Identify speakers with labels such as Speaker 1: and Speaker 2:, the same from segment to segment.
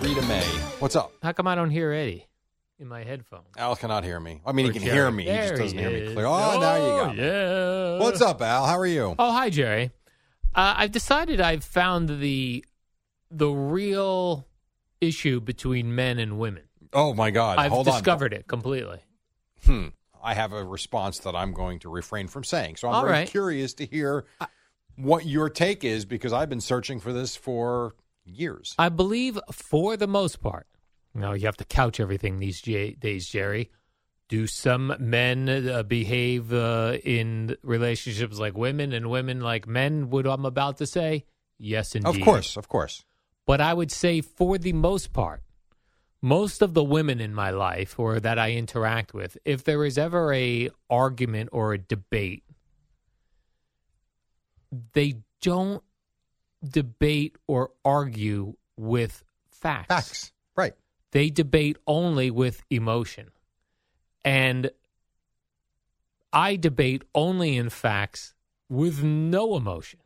Speaker 1: Rita May. What's up?
Speaker 2: How come I don't hear Eddie in my headphones?
Speaker 1: Al cannot hear me. I mean,
Speaker 2: Or
Speaker 1: he can
Speaker 2: Jerry.
Speaker 1: hear me. He just
Speaker 2: There
Speaker 1: doesn't hear me
Speaker 2: is. Oh,
Speaker 1: clear. Oh, now you got me.
Speaker 2: Yeah.
Speaker 1: What's up, Al? How are you?
Speaker 2: Oh, hi, Jerry. Uh, I've decided I've found the the real issue between men and women.
Speaker 1: Oh, my God.
Speaker 2: I've
Speaker 1: Hold
Speaker 2: discovered it completely.
Speaker 1: on. Hmm. I have a response that I'm going to refrain from saying. So I'm
Speaker 2: All
Speaker 1: very
Speaker 2: right.
Speaker 1: curious to hear what your take is because I've been searching for this for years.
Speaker 2: I believe, for the most part, now you have to couch everything these J- days, Jerry. Do some men uh, behave uh, in relationships like women and women like men? What I'm about to say? Yes, indeed.
Speaker 1: Of course, of course.
Speaker 2: But I would say, for the most part, most of the women in my life or that I interact with, if there is ever a argument or a debate, they don't debate or argue with facts.
Speaker 1: Facts. Right.
Speaker 2: They debate only with emotion. And I debate only in facts with no emotion.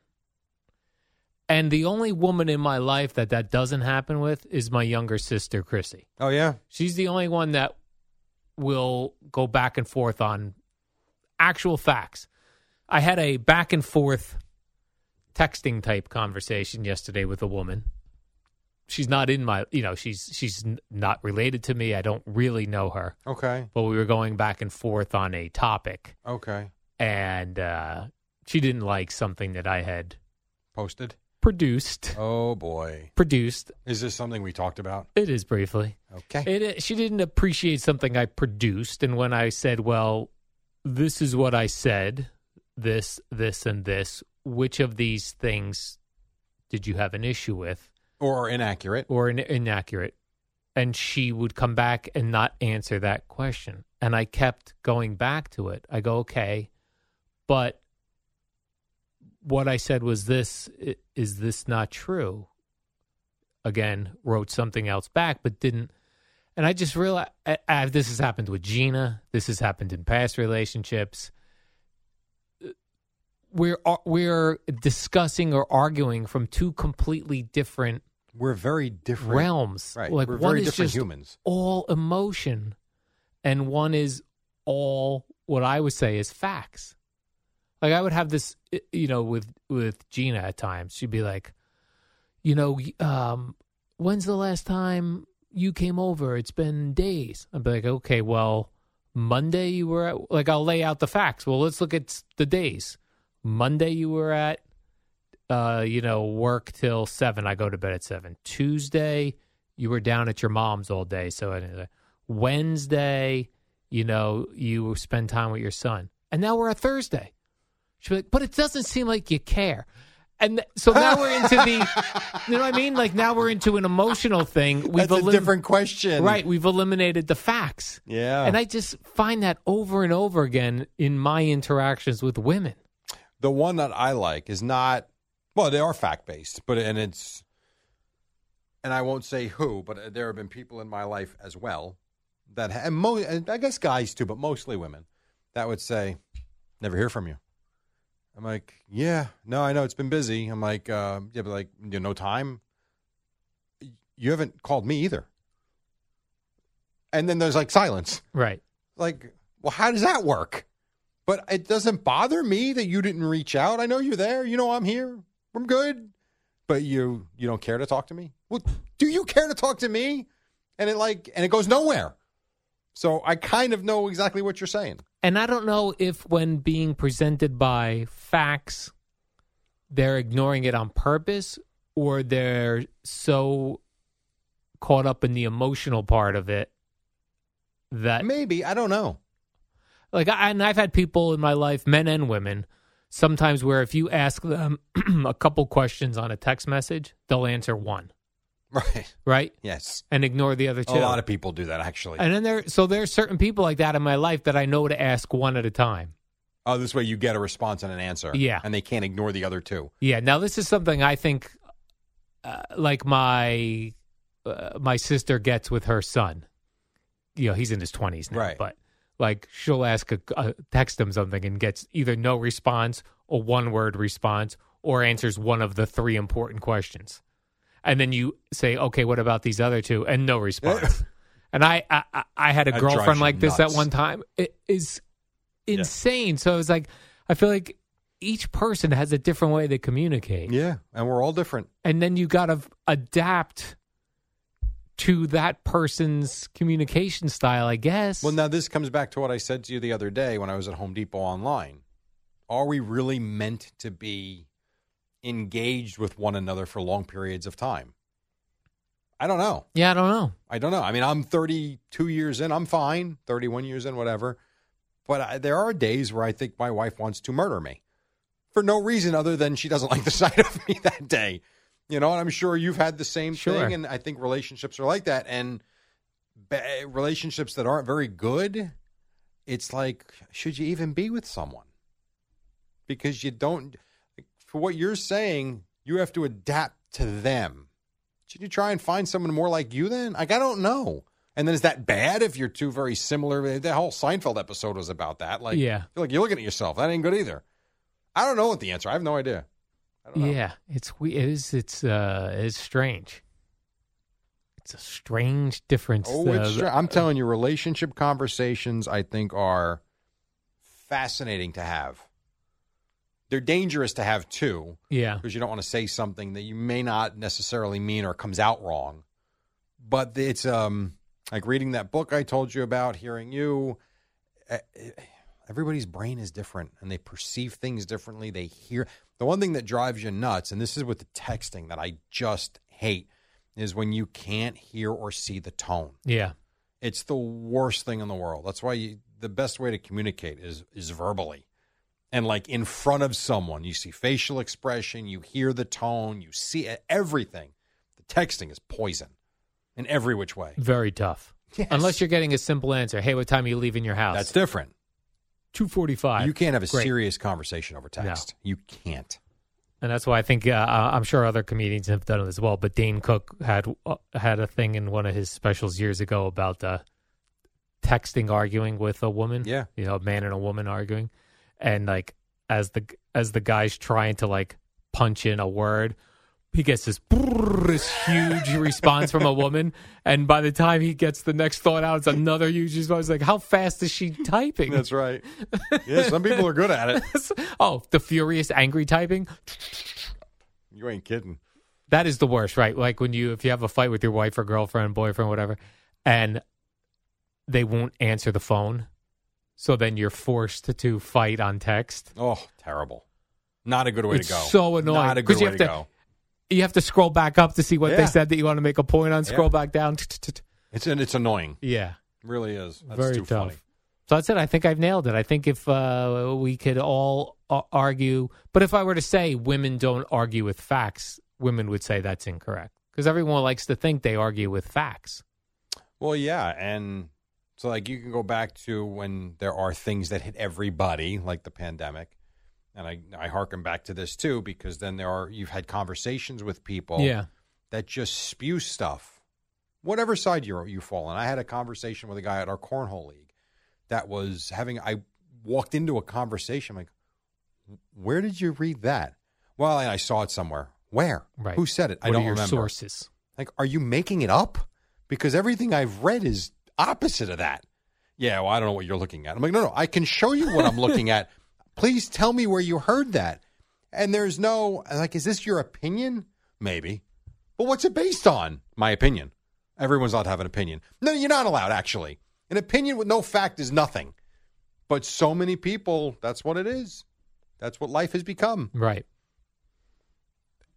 Speaker 2: And the only woman in my life that that doesn't happen with is my younger sister, Chrissy.
Speaker 1: Oh, yeah.
Speaker 2: She's the only one that will go back and forth on actual facts. I had a back and forth texting type conversation yesterday with a woman. She's not in my, you know, she's she's n- not related to me. I don't really know her,
Speaker 1: Okay.
Speaker 2: but we were going back and forth on a topic,
Speaker 1: Okay.
Speaker 2: and uh, she didn't like something that I had
Speaker 1: Posted.
Speaker 2: produced.
Speaker 1: Oh, boy.
Speaker 2: Produced
Speaker 1: Is this something we talked about?
Speaker 2: it is briefly.
Speaker 1: Okay.
Speaker 2: It, she didn't appreciate something I produced. And when I said, well, this is what I said, this, this, and this, which of these things did you have an issue with
Speaker 1: or inaccurate.
Speaker 2: or in- inaccurate? And she would come back and not answer that question. And I kept going back to it. I go, okay, but what I said was this i- is this not true? Again, wrote something else back, but didn't. And I just realized I, I, this has happened with Gina. This has happened in past relationships. We're ar- we're discussing or arguing from two completely different
Speaker 1: We're very different.
Speaker 2: realms.
Speaker 1: Right.
Speaker 2: Like
Speaker 1: We're
Speaker 2: one
Speaker 1: very
Speaker 2: is
Speaker 1: different
Speaker 2: just
Speaker 1: humans.
Speaker 2: all emotion, and one is all what I would say is facts. Like I would have this, i- you know, with with Gina at times. She'd be like, you know, y- um, when's the last time you came over? It's been days. I'd be like, okay, well, Monday you were at. Like I'll lay out the facts. Well, let's look at s- the days. Monday you were at uh, you know, work till seven. I go to bed at seven. Tuesday, you were down at your mom's all day. So anyway, Wednesday, you know, you spend time with your son. And now we're at Thursday. She's like, but it doesn't seem like you care. And th- so now we're into the, you know what I mean? Like now we're into an emotional thing. We've
Speaker 1: That's a
Speaker 2: elim-
Speaker 1: different question.
Speaker 2: Right. We've eliminated the facts.
Speaker 1: Yeah.
Speaker 2: And I just find that over and over again in my interactions with women.
Speaker 1: the one that I like is not well, they are fact based, but and it's and I won't say who, but there have been people in my life as well that, ha- and, mo- and I guess guys too, but mostly women, that would say, "Never hear from you." I'm like, "Yeah, no, I know it's been busy." I'm like, uh, "Yeah, but like, you know, no time. You haven't called me either." And then there's like silence.
Speaker 2: Right.
Speaker 1: Like, well, how does that work? But it doesn't bother me that you didn't reach out. I know you're there. You know I'm here. I'm good. But you you don't care to talk to me? Well, do you care to talk to me? And it like and it goes nowhere. So I kind of know exactly what you're saying.
Speaker 2: And I don't know if when being presented by facts, they're ignoring it on purpose or they're so caught up in the emotional part of it that
Speaker 1: Maybe, I don't know.
Speaker 2: like I, and I've had people in my life, men and women, sometimes where if you ask them a couple questions on a text message, they'll answer one,
Speaker 1: Right.
Speaker 2: right?
Speaker 1: Yes.
Speaker 2: And ignore the other two.
Speaker 1: A lot of people do that actually.
Speaker 2: and then there so there are certain people like that in my life that I know to ask one at a time.
Speaker 1: oh, this way you get a response and an answer.
Speaker 2: Yeah.
Speaker 1: And they can't ignore the other two.
Speaker 2: Yeah. Now this is something I think, uh, like my uh, my sister gets with her son. You know, he's in his twenties now,
Speaker 1: Right.
Speaker 2: but like she'll ask a, uh text him something and gets either no response or one word response or answers one of the three important questions, and then you say, okay, what about these other two? And no response. and I, I I- I had a
Speaker 1: That drives
Speaker 2: girlfriend
Speaker 1: you
Speaker 2: like this at
Speaker 1: nuts.
Speaker 2: one time. It is insane. So I was like, I feel like each person has a different way they communicate.
Speaker 1: Yeah. And we're all different.
Speaker 2: And then you got to adapt to that person's communication style, I guess.
Speaker 1: Well, now this comes back to what I said to you the other day when I was at Home Depot online. Are we really meant to be engaged with one another for long periods of time? I don't know.
Speaker 2: yeah, I don't know.
Speaker 1: I don't know. I mean, I'm 32 years in. I'm fine. 31 years in, whatever. But I, there are days where I think my wife wants to murder me for no reason other than she doesn't like the sight of me that day. You know, and I'm sure you've had the same
Speaker 2: Sure.
Speaker 1: thing. And I think relationships are like that. And ba- relationships that aren't very good, it's like, should you even be with someone? Because you don't, for what you're saying, you have to adapt to them. Should you try and find someone more like you then? Like, I don't know. And then is that bad if you're two very similar? The whole Seinfeld episode was about that. Like,
Speaker 2: Yeah.
Speaker 1: you're like you're looking at yourself. That ain't good either. I don't know what the answer. I have no idea. I don't know.
Speaker 2: Yeah, it's we it is it's uh it's strange. It's a strange difference.
Speaker 1: Oh,
Speaker 2: the-
Speaker 1: it's str- I'm telling you, relationship conversations I think are fascinating to have. They're dangerous to have too,
Speaker 2: yeah.
Speaker 1: because you don't want to say something that you may not necessarily mean or comes out wrong. But it's um like reading that book I told you about, hearing you. eh, eh, Everybody's brain is different, and they perceive things differently. They hear the one thing that drives you nuts, and this is with the texting that I just hate, is when you can't hear or see the tone.
Speaker 2: Yeah.
Speaker 1: It's the worst thing in the world. That's why you, the best way to communicate is is verbally. And like in front of someone, you see facial expression, you hear the tone, you see it, everything. The texting is poison in every which way.
Speaker 2: Very tough. Unless you're getting a simple answer. Hey, what time are you leaving your house?
Speaker 1: That's different.
Speaker 2: two forty five.
Speaker 1: You can't have a
Speaker 2: Great.
Speaker 1: serious conversation over text. You can't.
Speaker 2: and that's why I think uh, I- I'm sure other comedians have done it as well. But Dane Cook had uh, had a thing in one of his specials years ago about uh, texting, arguing with a woman.
Speaker 1: Yeah.
Speaker 2: you know, a man and a woman arguing, and like as the as the guy's trying to like punch in a word. He gets this, brrrr, this huge response from a woman, and by the time he gets the next thought out, it's another huge response. Like, how fast is she typing?
Speaker 1: right. yeah, some people are good at it.
Speaker 2: oh, the furious, angry typing.
Speaker 1: You ain't kidding.
Speaker 2: That is the worst, right? Like when you if you have a fight with your wife or girlfriend, boyfriend, whatever, and they won't answer the phone. So then you're forced to fight on text.
Speaker 1: Oh, terrible. Not a good way
Speaker 2: It's
Speaker 1: to go.
Speaker 2: so annoying,
Speaker 1: Not a
Speaker 2: 'cause
Speaker 1: good way
Speaker 2: you
Speaker 1: to,
Speaker 2: have to-
Speaker 1: go.
Speaker 2: You have to scroll back up to see what
Speaker 1: Yeah.
Speaker 2: they said that you want to make a point on. Scroll
Speaker 1: Yeah.
Speaker 2: back down.
Speaker 1: It's and it's annoying.
Speaker 2: Yeah,
Speaker 1: It really is. That's
Speaker 2: very
Speaker 1: too
Speaker 2: tough.
Speaker 1: funny.
Speaker 2: So that's it. I think I've nailed it. I think if uh, we could all a- argue, but if I were to say women don't argue with facts, women would say that's incorrect because everyone likes to think they argue with facts.
Speaker 1: Well, yeah, and so like you can go back to when there are things that hit everybody, like the pandemic, and I I harken back to this too because then there are you've had conversations with people that just spew stuff, whatever side you you fall on. I had a conversation with a guy at our cornhole league that was having. I walked into a conversation like, "Where did you read that?" Well, I saw it somewhere. Where?
Speaker 2: Right.
Speaker 1: Who said it?
Speaker 2: What
Speaker 1: I don't
Speaker 2: are your
Speaker 1: remember.
Speaker 2: sources.
Speaker 1: Like, are you making it up? Because everything I've read is opposite of that. Yeah, well, I don't know what you're looking at. I'm like, no, no, I can show you what I'm looking at. Please tell me where you heard that. And there's no, like, is this your opinion? Maybe. But what's it based on? My opinion. Everyone's allowed to have an opinion. No, you're not allowed, actually. An opinion with no fact is nothing. But so many people, that's what it is. That's what life has become.
Speaker 2: Right.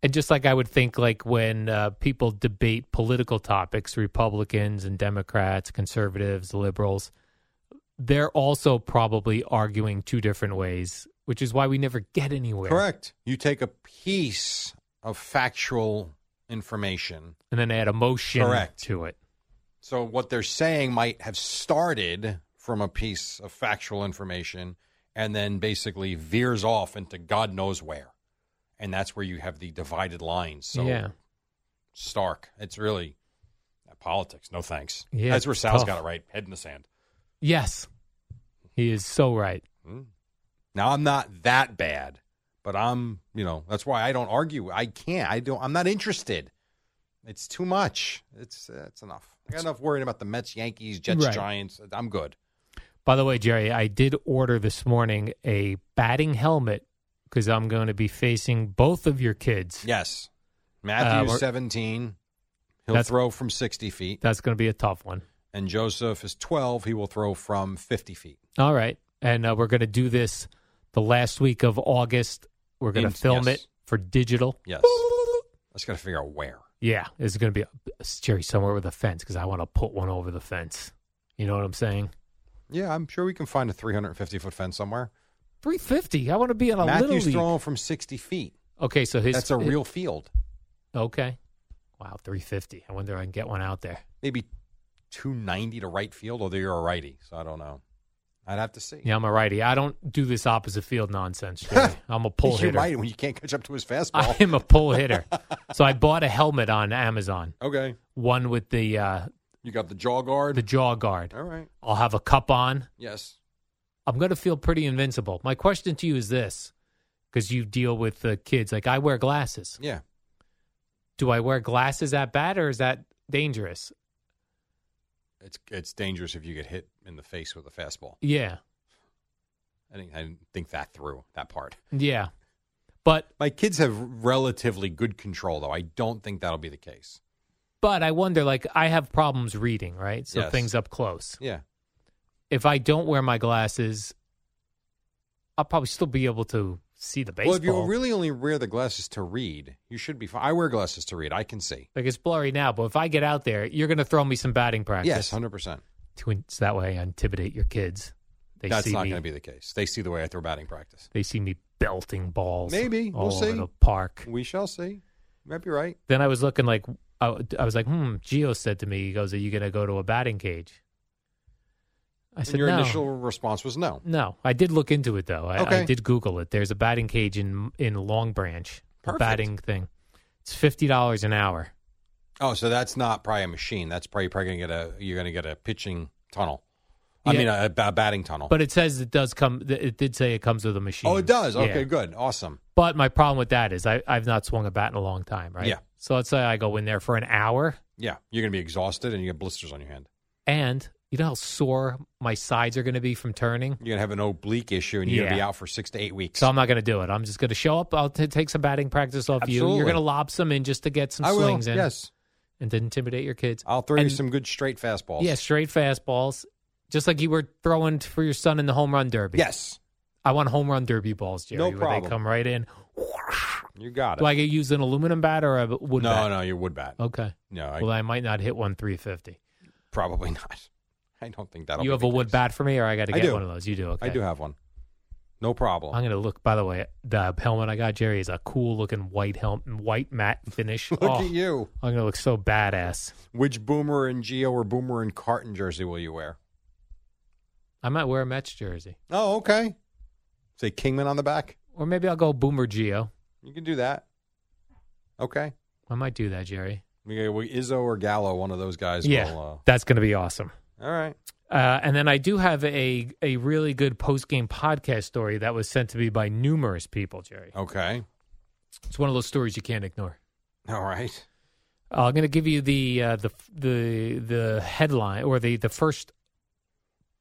Speaker 2: And just like I would think, like when uh, people debate political topics, Republicans and Democrats, conservatives, liberals, they're also probably arguing two different ways, which is why we never get anywhere.
Speaker 1: Correct. You take a piece of factual information.
Speaker 2: And then add emotion
Speaker 1: Correct.
Speaker 2: to it.
Speaker 1: So what they're saying might have started from a piece of factual information and then basically veers off into God knows where. And that's where you have the divided lines. So
Speaker 2: yeah.
Speaker 1: stark. It's really politics. No thanks.
Speaker 2: Yeah,
Speaker 1: that's where
Speaker 2: it's
Speaker 1: Sal's
Speaker 2: tough.
Speaker 1: got it right. Head in the sand.
Speaker 2: Yes. He is so right.
Speaker 1: Now I'm not that bad, but I'm, you know, that's why I don't argue. I can't. I don't. I'm not interested. It's too much. It's uh, it's enough. I got enough worrying about the Mets, Yankees, Jets,
Speaker 2: Right.
Speaker 1: Giants. I'm good.
Speaker 2: By the way, Jerry, I did order this morning a batting helmet because I'm going to be facing both of your kids.
Speaker 1: Yes, Matthew
Speaker 2: Uh, we're-
Speaker 1: 17. He'll
Speaker 2: That's-
Speaker 1: throw from 60 feet,
Speaker 2: That's going to be a tough one.
Speaker 1: and Joseph is 12. He will throw from 50 feet.
Speaker 2: All right. And uh, we're going to do this the last week of August. We're going
Speaker 1: In-
Speaker 2: to film
Speaker 1: yes.
Speaker 2: it for digital.
Speaker 1: Yes, I just got to figure out where.
Speaker 2: Yeah. It's going to be uh, Jerry somewhere with a fence because I want to put one over the fence. You know what I'm saying?
Speaker 1: Yeah, I'm sure we can find a 350 foot fence somewhere.
Speaker 2: 350. I want to be on a little
Speaker 1: Matthew's
Speaker 2: league.
Speaker 1: throwing from 60 feet.
Speaker 2: Okay, so his
Speaker 1: That's a real field.
Speaker 2: Okay. Wow, 350. I wonder if I can get one out there.
Speaker 1: maybe 290 to right field, although you're a righty, so I don't know. I'd have to see.
Speaker 2: Yeah, I'm a righty. I don't do this opposite field nonsense. Jerry. I'm a pull
Speaker 1: you're
Speaker 2: hitter.
Speaker 1: righty when you can't catch up to his fastball.
Speaker 2: I am a pull hitter. so I bought a helmet on Amazon.
Speaker 1: okay,
Speaker 2: One with the uh,
Speaker 1: you got the jaw guard.
Speaker 2: the jaw guard.
Speaker 1: All right.
Speaker 2: I'll have a cup on.
Speaker 1: Yes.
Speaker 2: I'm going to feel pretty invincible. My question to you is this because you deal with the kids. Like, I wear glasses.
Speaker 1: Yeah.
Speaker 2: Do I wear glasses at bat or is that dangerous?
Speaker 1: It's it's dangerous if you get hit in the face with a fastball.
Speaker 2: Yeah.
Speaker 1: I didn't, I didn't think that through that part.
Speaker 2: Yeah. But
Speaker 1: My kids have relatively good control, though. I don't think that'll be the case.
Speaker 2: but I wonder like I have problems reading, right? So
Speaker 1: Yes.
Speaker 2: things up close.
Speaker 1: Yeah.
Speaker 2: If I don't wear my glasses, I'll probably still be able to see the baseball.
Speaker 1: Well, if you really only wear the glasses to read, you should be fine. I wear glasses to read. I can see.
Speaker 2: like it's blurry now, but if I get out there, you're going to throw me some batting practice.
Speaker 1: Yes, hundred percent.
Speaker 2: to, so that way I intimidate your kids. They
Speaker 1: That's
Speaker 2: see
Speaker 1: not
Speaker 2: me.
Speaker 1: going to be the case. They see the way I throw batting practice.
Speaker 2: They see me belting balls.
Speaker 1: Maybe. We'll
Speaker 2: all over
Speaker 1: see.
Speaker 2: the park.
Speaker 1: We shall see. Might be right.
Speaker 2: Then I was looking like I, I was like, hmm. Gio said to me, he goes, "Are you going to go to a batting cage?" I said,
Speaker 1: and your
Speaker 2: "No."
Speaker 1: initial response was no.
Speaker 2: No, I did look into it though. I, I
Speaker 1: Okay.
Speaker 2: did Google it. There's a batting cage in in Long Branch, a
Speaker 1: Perfect.
Speaker 2: batting thing. It's fifty dollars an hour.
Speaker 1: Oh, so that's not probably a machine. That's probably probably gonna get a you're gonna get a pitching tunnel. I
Speaker 2: Yeah.
Speaker 1: mean a, a batting tunnel.
Speaker 2: But it says it does come. th- It did say it comes with a machine.
Speaker 1: oh, it does.
Speaker 2: Yeah.
Speaker 1: Okay, good, awesome.
Speaker 2: But my problem with that is I I've not swung a bat in a long time, right?
Speaker 1: Yeah.
Speaker 2: So let's say I go in there for an hour,
Speaker 1: Yeah, you're gonna be exhausted and you get blisters on your hand.
Speaker 2: and you know how sore my sides are going to be from turning.
Speaker 1: You're gonna have an oblique issue and you're gonna be
Speaker 2: Yeah.
Speaker 1: out for six to eight weeks.
Speaker 2: So I'm not going to do it. I'm just going to show up. I'll t- take some batting practice off you. You're
Speaker 1: Absolutely.
Speaker 2: going to lob some in just to get some
Speaker 1: I will.
Speaker 2: swings in
Speaker 1: Yes,
Speaker 2: and to intimidate your kids.
Speaker 1: I'll throw you
Speaker 2: And-
Speaker 1: some good straight fastballs.
Speaker 2: Yeah, straight fastballs, just like you were throwing for your son in the home run derby.
Speaker 1: yes,
Speaker 2: I want home run derby balls, Jerry.
Speaker 1: No
Speaker 2: Where they
Speaker 1: problem.
Speaker 2: come right in.
Speaker 1: you got it.
Speaker 2: Do I get use an aluminum bat or a wood
Speaker 1: no,
Speaker 2: bat?
Speaker 1: no, you would bat.
Speaker 2: Okay.
Speaker 1: No, I,
Speaker 2: well, I might not hit one 350.
Speaker 1: probably not. I don't think that'll.
Speaker 2: You
Speaker 1: be
Speaker 2: have
Speaker 1: the
Speaker 2: a wood
Speaker 1: case.
Speaker 2: bat for me, or I got to
Speaker 1: I
Speaker 2: get
Speaker 1: do.
Speaker 2: one of those. You do. Okay.
Speaker 1: I do have one. No problem.
Speaker 2: I'm gonna look. By the way, the helmet I got, Jerry, is a cool looking white helmet, white matte finish.
Speaker 1: Look
Speaker 2: Oh,
Speaker 1: at you.
Speaker 2: I'm gonna look so badass.
Speaker 1: Which Boomer and Geo or Boomer and Carton jersey will you wear?
Speaker 2: I might wear a Mets jersey,
Speaker 1: Oh, okay. Say Kingman on the back.
Speaker 2: or maybe I'll go Boomer Geo.
Speaker 1: You can do that. Okay.
Speaker 2: I might do that, Jerry.
Speaker 1: We, we Izzo or Gallo, one of those guys.
Speaker 2: yeah,
Speaker 1: Will,
Speaker 2: that's going to be awesome.
Speaker 1: uh, all right.
Speaker 2: Uh, and then I do have a a really good post game podcast story that was sent to me by numerous people, Jerry.
Speaker 1: Oh. Okay.
Speaker 2: It's one of those stories you can't ignore.
Speaker 1: All right.
Speaker 2: Uh, I'm going to give you the uh, the the the headline or the the first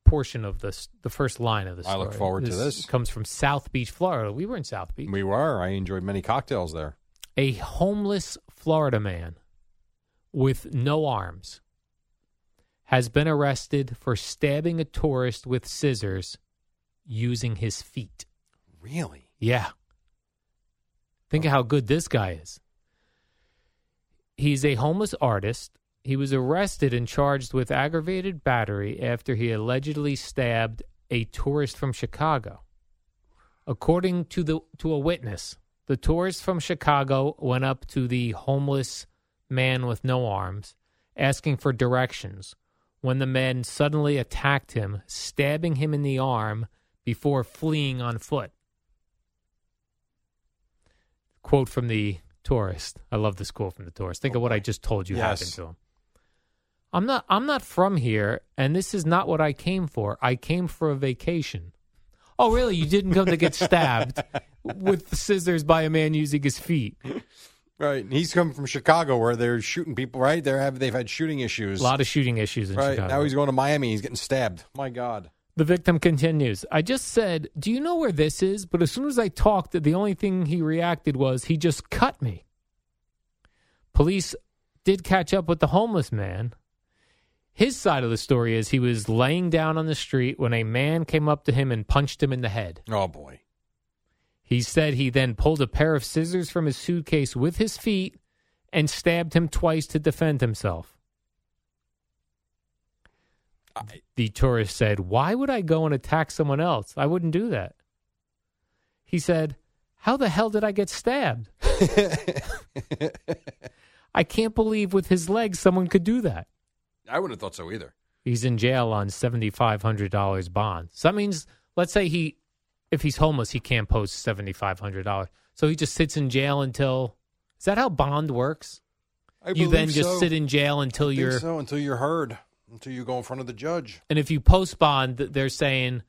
Speaker 2: portion of this the first line of the
Speaker 1: I
Speaker 2: story.
Speaker 1: look forward to this.
Speaker 2: Comes from South Beach, Florida. We were in South Beach.
Speaker 1: We were. I enjoyed many cocktails there.
Speaker 2: a homeless Florida man with no arms has been arrested for stabbing a tourist with scissors using his feet.
Speaker 1: Really?
Speaker 2: Yeah. Think of how good this guy is. He's a homeless artist. He was arrested and charged with aggravated battery after he allegedly stabbed a tourist from Chicago. According to the to a witness, the tourist from Chicago went up to the homeless man with no arms asking for directions when the man suddenly attacked him, stabbing him in the arm before fleeing on foot quote from the tourist. I love this quote from the tourist. Think of what I just told you
Speaker 1: Yes.
Speaker 2: happened to him. I'm not I'm not from here and this is not what I came for. I came for a vacation. Oh really? You didn't come to get stabbed with scissors by a man using his feet.
Speaker 1: Right. And he's come from Chicago where they're shooting people, right? They're have, they've had shooting issues.
Speaker 2: A lot of shooting issues in
Speaker 1: right.
Speaker 2: Chicago.
Speaker 1: Now he's going to Miami. He's getting stabbed. My God.
Speaker 2: The victim continues. I just said, Do you know where this is? But as soon as I talked, the only thing he reacted was, He just cut me. Police did catch up with the homeless man. His side of the story is he was laying down on the street when a man came up to him and punched him in the head.
Speaker 1: Oh, boy.
Speaker 2: He said he then pulled a pair of scissors from his suitcase with his feet and stabbed him twice to defend himself. the tourist said, Why would I go and attack someone else? I wouldn't do that. He said, How the hell did I get stabbed? I can't believe with his legs someone could do that.
Speaker 1: I wouldn't have thought so either.
Speaker 2: He's in jail on $7,500 bond. So that means, let's say he, if he's homeless, he can't post $7,500. So he just sits in jail until, is that how bond works?
Speaker 1: I
Speaker 2: you then
Speaker 1: believe
Speaker 2: just
Speaker 1: so.
Speaker 2: sit in jail until
Speaker 1: I think
Speaker 2: you're,
Speaker 1: so until you're heard, until you go in front of the judge.
Speaker 2: and if you post bond, th- they're saying,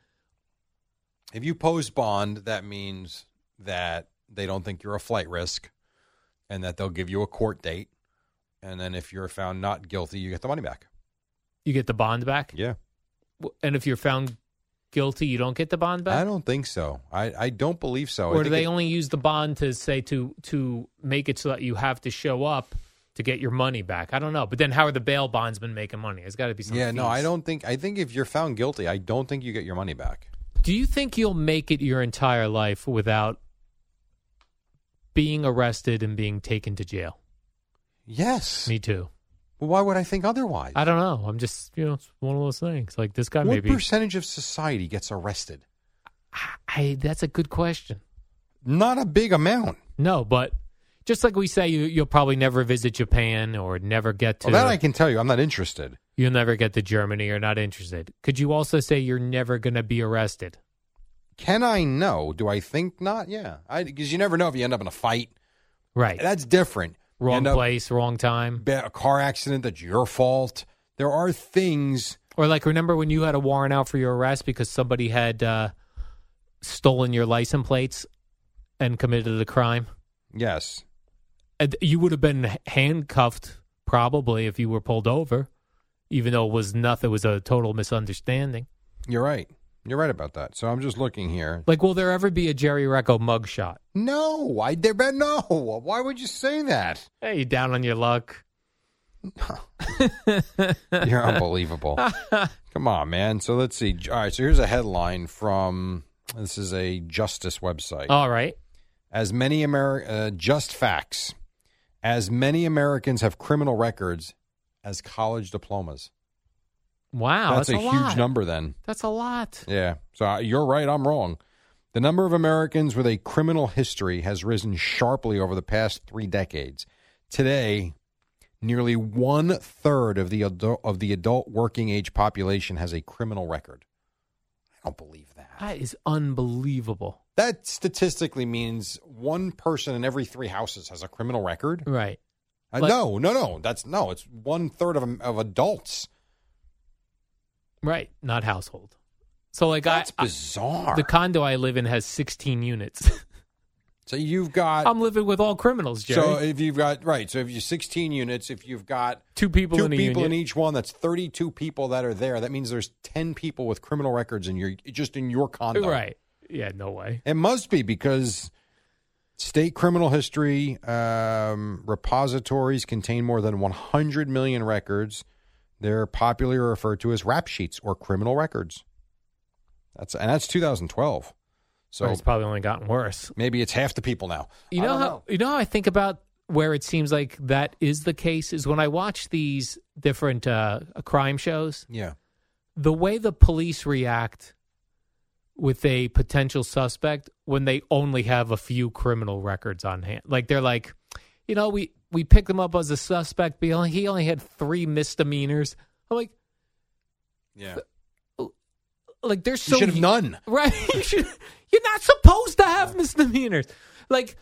Speaker 1: If you pose bond, that means that they don't think you're a flight risk and that they'll give you a court date. And then if you're found not guilty, you get the money back.
Speaker 2: you get the bond back.
Speaker 1: Yeah.
Speaker 2: W- And if you're found guilty, you don't get the bond
Speaker 1: I
Speaker 2: back?
Speaker 1: don't think so. I, I don't believe so. I
Speaker 2: Or do
Speaker 1: think
Speaker 2: they
Speaker 1: it-
Speaker 2: only use the bond to say to to make it so that you have to show up to get your money back? I don't know. But then how are the bail bondsmen making money? There's got to be some.
Speaker 1: Yeah, no, I
Speaker 2: fees.
Speaker 1: don't think. I think if you're found guilty, I don't think you get your money back.
Speaker 2: Do you think you'll make it your entire life without being arrested and being taken to jail?
Speaker 1: Yes.
Speaker 2: Me too.
Speaker 1: Well, why would I think otherwise?
Speaker 2: I don't know. I'm just you know it's one of those things. Like this guy
Speaker 1: what
Speaker 2: maybe.
Speaker 1: percentage of society gets arrested?
Speaker 2: I, that's a good question.
Speaker 1: Not a big amount.
Speaker 2: No, but just like we say, you, you'll probably never visit Japan or never get to.
Speaker 1: Well, that I can tell you. I'm not interested.
Speaker 2: You'll never get to Germany. You're not interested. Could you also say you're never going to be arrested?
Speaker 1: Can I know? Do I think not? Yeah, because you never know if you end up in a fight.
Speaker 2: Right.
Speaker 1: That's different. You
Speaker 2: wrong
Speaker 1: end up
Speaker 2: place, wrong time.
Speaker 1: ba- A car accident that's your fault. There are things.
Speaker 2: Or like, remember when you had a warrant out for your arrest because somebody had uh, stolen your license plates and committed a crime?
Speaker 1: Yes.
Speaker 2: And you would have been handcuffed probably if you were pulled over, even though it was nothing. It was a total misunderstanding.
Speaker 1: You're right. You're right about that. So I'm just looking here.
Speaker 2: Like, will there ever be a Jerry Recco mugshot?
Speaker 1: No, I there bet no. Why would you say that?
Speaker 2: Hey, you down on your luck?
Speaker 1: You're unbelievable. Come on, man. So let's see. All right. So here's a headline from this is a justice website.
Speaker 2: All right.
Speaker 1: as many Ameri- uh, just facts. As many Americans have criminal records as college diplomas.
Speaker 2: Wow. That's,
Speaker 1: that's, a, huge
Speaker 2: lot.
Speaker 1: number. Then,
Speaker 2: That's a lot.
Speaker 1: yeah. So uh, you're right. I'm wrong. The number of Americans with a criminal history has risen sharply over the past three decades. Today, nearly one third of the adult, of the adult working age population has a criminal record. I don't believe that.
Speaker 2: That is unbelievable.
Speaker 1: That statistically means one person in every three houses has a criminal record.
Speaker 2: Right.
Speaker 1: Uh,
Speaker 2: Like-
Speaker 1: no, no, no. That's no. It's one third of of adults.
Speaker 2: Right, not household. So like I,
Speaker 1: That's
Speaker 2: I-
Speaker 1: bizarre.
Speaker 2: uh, the condo I live in has 16 units.
Speaker 1: so you've got
Speaker 2: I'm living with all criminals, Um, Jerry.
Speaker 1: so uh, if you've got right. So if you're 16 units, if you've got
Speaker 2: two people
Speaker 1: two
Speaker 2: in a
Speaker 1: people
Speaker 2: union.
Speaker 1: in each one, that's 32 people that are there. That means there's 10 people with criminal records in your just in your condo.
Speaker 2: Right. Yeah, no way.
Speaker 1: It must be because state criminal history um, repositories contain more than 100 million records. They're popularly referred to as rap sheets or criminal records. That's and that's 2012.
Speaker 2: So
Speaker 1: So
Speaker 2: it's probably only gotten worse.
Speaker 1: maybe it's half the people now.
Speaker 2: You
Speaker 1: I
Speaker 2: know
Speaker 1: don't
Speaker 2: how you know how I think about where it seems like that is the case is when I watch these different uh, crime shows,
Speaker 1: Yeah.
Speaker 2: the way the police react with a potential suspect when they only have a few criminal records on hand. Like they're like, you know, we we picked him up as a suspect, but he only, he only had three misdemeanors. I'm like,
Speaker 1: Yeah.
Speaker 2: like there's
Speaker 1: You
Speaker 2: so
Speaker 1: should have
Speaker 2: y-
Speaker 1: none.
Speaker 2: Right. You should- You're not supposed to have misdemeanors. Like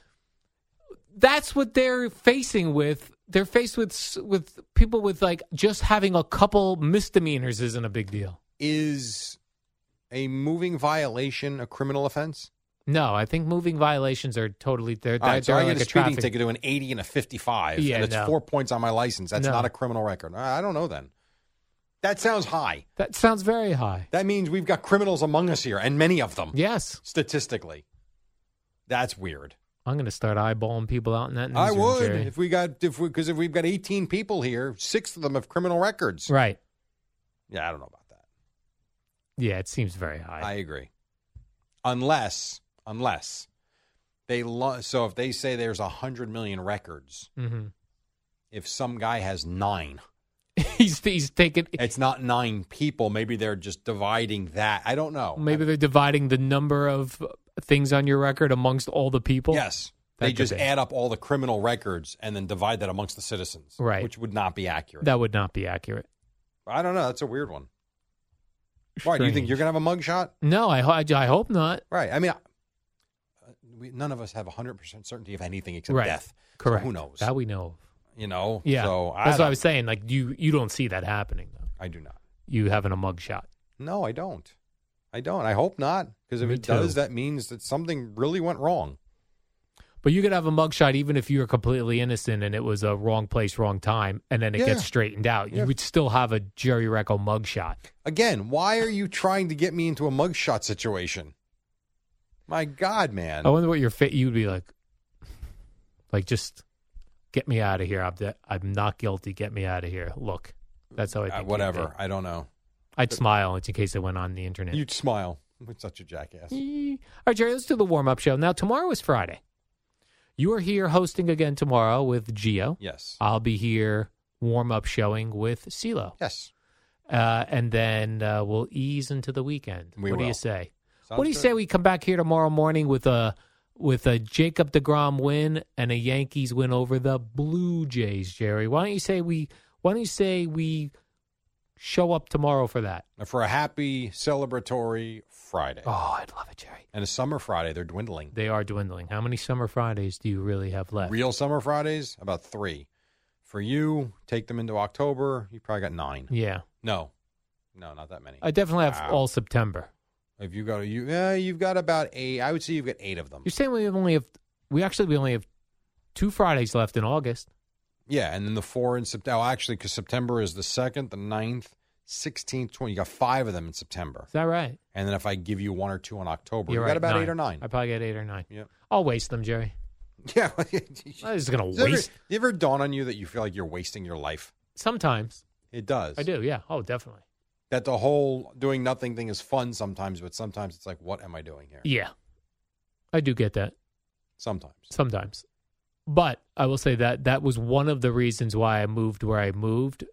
Speaker 2: that's what they're facing with. They're faced with s- with people with like just having a couple misdemeanors isn't a big deal.
Speaker 1: Is a moving violation a criminal offense?
Speaker 2: No, I think moving violations are totally they're,
Speaker 1: All right, so
Speaker 2: they're
Speaker 1: I get
Speaker 2: like
Speaker 1: a
Speaker 2: a
Speaker 1: speeding
Speaker 2: traffic.
Speaker 1: ticket to an 80 and a 55,
Speaker 2: Yeah,
Speaker 1: and it's
Speaker 2: no.
Speaker 1: four points on my license. That's
Speaker 2: No.
Speaker 1: not a criminal record. I I don't know then. That sounds high.
Speaker 2: That sounds very high.
Speaker 1: That means we've got criminals among us here, and many of them,
Speaker 2: Yes,
Speaker 1: statistically. That's weird.
Speaker 2: I'm going to start eyeballing people out in that.
Speaker 1: I
Speaker 2: newsroom,
Speaker 1: would
Speaker 2: Jerry.
Speaker 1: if we got if because if we've got 18 people here, six of them have criminal records.
Speaker 2: Right.
Speaker 1: Yeah, I don't know about that.
Speaker 2: Yeah, it seems very high.
Speaker 1: I agree. Unless, unless they lo- so if they say there's a hundred million records,
Speaker 2: hmm
Speaker 1: if some guy has nine.
Speaker 2: he's he's taking.
Speaker 1: It's not nine people. Maybe they're just dividing that. I don't know.
Speaker 2: Maybe they're dividing the number of things on your record amongst all the people.
Speaker 1: yes.
Speaker 2: That
Speaker 1: They
Speaker 2: could
Speaker 1: just
Speaker 2: be.
Speaker 1: add up all the criminal records and then divide that amongst the citizens,
Speaker 2: Right.
Speaker 1: Which would not be accurate.
Speaker 2: That would not be accurate.
Speaker 1: I don't know. That's a weird one. Why do you think
Speaker 2: Strange.
Speaker 1: you're gonna have a mugshot?
Speaker 2: No, I, ho- I, I hope not.
Speaker 1: Right. I mean, I- we, none of us have hundred percent certainty of anything except
Speaker 2: Right.
Speaker 1: death. So
Speaker 2: Correct.
Speaker 1: who knows?
Speaker 2: That we know.
Speaker 1: you know.
Speaker 2: Yeah.
Speaker 1: So I
Speaker 2: That's what I
Speaker 1: don't-
Speaker 2: was saying. Like you, you don't see that happening though.
Speaker 1: I do not.
Speaker 2: You having a mugshot.
Speaker 1: No, I don't. I don't. I hope not. Because if
Speaker 2: Me
Speaker 1: it does,
Speaker 2: too.
Speaker 1: that means that something really went wrong.
Speaker 2: But you could have a mugshot even if you were completely innocent and it was a wrong place, wrong time, and then it
Speaker 1: Yeah.
Speaker 2: gets straightened out.
Speaker 1: Yeah.
Speaker 2: You would still have a Jerry Recco mugshot.
Speaker 1: Again, why are you trying to get me into a mugshot situation? My God, man.
Speaker 2: I wonder what your fit. You'd be like, like just get me out of here. I'm de- I'm not guilty. Get me out of here. Look, that's how I
Speaker 1: Uh,
Speaker 2: think. you'd be.
Speaker 1: whatever. I don't know.
Speaker 2: I'd smile in case it went on the internet.
Speaker 1: You'd smile. I'm such a jackass.
Speaker 2: All right, Jerry, let's do the warm up show. Now, tomorrow is Friday. You are here hosting again tomorrow with Geo.
Speaker 1: Yes.
Speaker 2: I'll be here warm up showing with CeeLo.
Speaker 1: Yes.
Speaker 2: Uh, and then uh, we'll ease into the weekend.
Speaker 1: We
Speaker 2: what do
Speaker 1: will.
Speaker 2: you say?
Speaker 1: Sounds
Speaker 2: what do you
Speaker 1: good.
Speaker 2: say we come back here tomorrow morning with a with a Jacob DeGrom win and a Yankees win over the Blue Jays, Jerry? Why don't you say we why don't you say we show up tomorrow for that?
Speaker 1: For a happy celebratory Friday.
Speaker 2: Oh, I'd love it, Jerry.
Speaker 1: And a summer Friday, they're dwindling.
Speaker 2: They are dwindling. How many summer Fridays do you really have left?
Speaker 1: Real summer Fridays, about three. For you, take them into October, you probably got nine.
Speaker 2: Yeah,
Speaker 1: No. No, not that many.
Speaker 2: I definitely have
Speaker 1: Wow.
Speaker 2: all September.
Speaker 1: if you go to you, yeah, you've got about eight. I would say you've got eight of them.
Speaker 2: You're saying we only have we actually we only have two Fridays left in August.
Speaker 1: Yeah, and then the four in September. Oh, actually, because September is the second, the 9th, sixteenth, twenty. You got five of them in September,
Speaker 2: Is that right?
Speaker 1: and then if I give you one or two in October,
Speaker 2: You're
Speaker 1: you
Speaker 2: right,
Speaker 1: got about eight or nine.
Speaker 2: I probably got eight or nine.
Speaker 1: Yep.
Speaker 2: I'll waste them, Jerry.
Speaker 1: Yeah,
Speaker 2: I'm just gonna
Speaker 1: Does it ever,
Speaker 2: waste.
Speaker 1: it ever dawn on you that you feel like you're wasting your life?
Speaker 2: Sometimes
Speaker 1: It does.
Speaker 2: I do. Yeah. Oh, definitely.
Speaker 1: That the whole doing nothing thing is fun sometimes, but sometimes it's like, what am I doing here?
Speaker 2: Yeah, I do get that
Speaker 1: Sometimes.
Speaker 2: sometimes. But I will say that that was one of the reasons why I moved where I moved,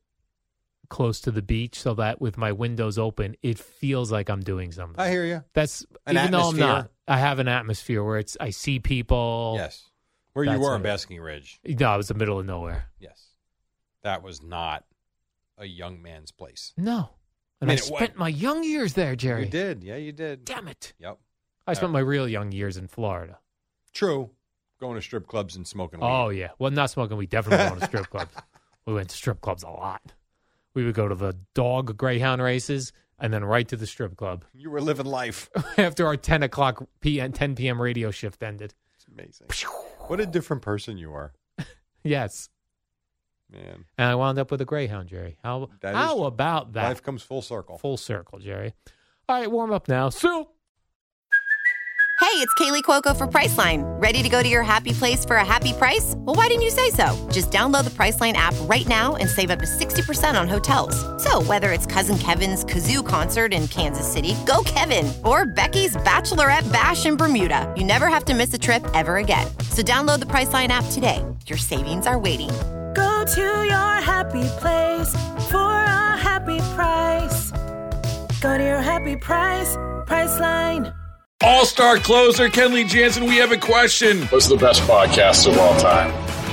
Speaker 2: close to the beach, so that with my windows open, it feels like I'm doing something.
Speaker 1: I hear you.
Speaker 2: That's
Speaker 1: An
Speaker 2: even though I'm
Speaker 1: atmosphere.
Speaker 2: not. I have an atmosphere where it's I see people.
Speaker 1: Yes. Where you
Speaker 2: That's
Speaker 1: were in
Speaker 2: it.
Speaker 1: Basking Ridge.
Speaker 2: No, it was the middle of nowhere.
Speaker 1: Yes. That was not a young man's place.
Speaker 2: No, and
Speaker 1: mean,
Speaker 2: I
Speaker 1: it wa-
Speaker 2: spent my young years there, Jerry.
Speaker 1: You did. Yeah, you did.
Speaker 2: Damn it!
Speaker 1: Yep.
Speaker 2: I spent my real young years in Florida.
Speaker 1: True. going to strip clubs and smoking. weed.
Speaker 2: Oh yeah. Well, not smoking. We definitely went to strip clubs. We went to strip clubs a lot. We would go to the dog greyhound races and then right to the strip club
Speaker 1: you were living life.
Speaker 2: after our ten o'clock p.m. ten p.m. radio shift ended.
Speaker 1: It's amazing. What a different person you are,
Speaker 2: Yes,
Speaker 1: man.
Speaker 2: and I wound up with a greyhound, Jerry. How
Speaker 1: That is
Speaker 2: how
Speaker 1: true.
Speaker 2: about that?
Speaker 1: Life comes full circle.
Speaker 2: Full circle, Jerry. All right, warm up now. Soup.
Speaker 3: Hey, it's Kaylee Cuoco for Priceline. Ready to go to your happy place for a happy price? Well, why didn't you say so? Just download the Priceline app right now and save up to 60% on hotels. So, whether it's Cousin Kevin's Kazoo concert in Kansas City, go Kevin, or Becky's Bachelorette Bash in Bermuda, you never have to miss a trip ever again. So, download the Priceline app today. Your savings are waiting.
Speaker 4: Go to your happy place for a happy price. Go to your happy price, Priceline.
Speaker 5: All star closer Kenley Jansen, we have a question.
Speaker 6: What's the best podcast of all time?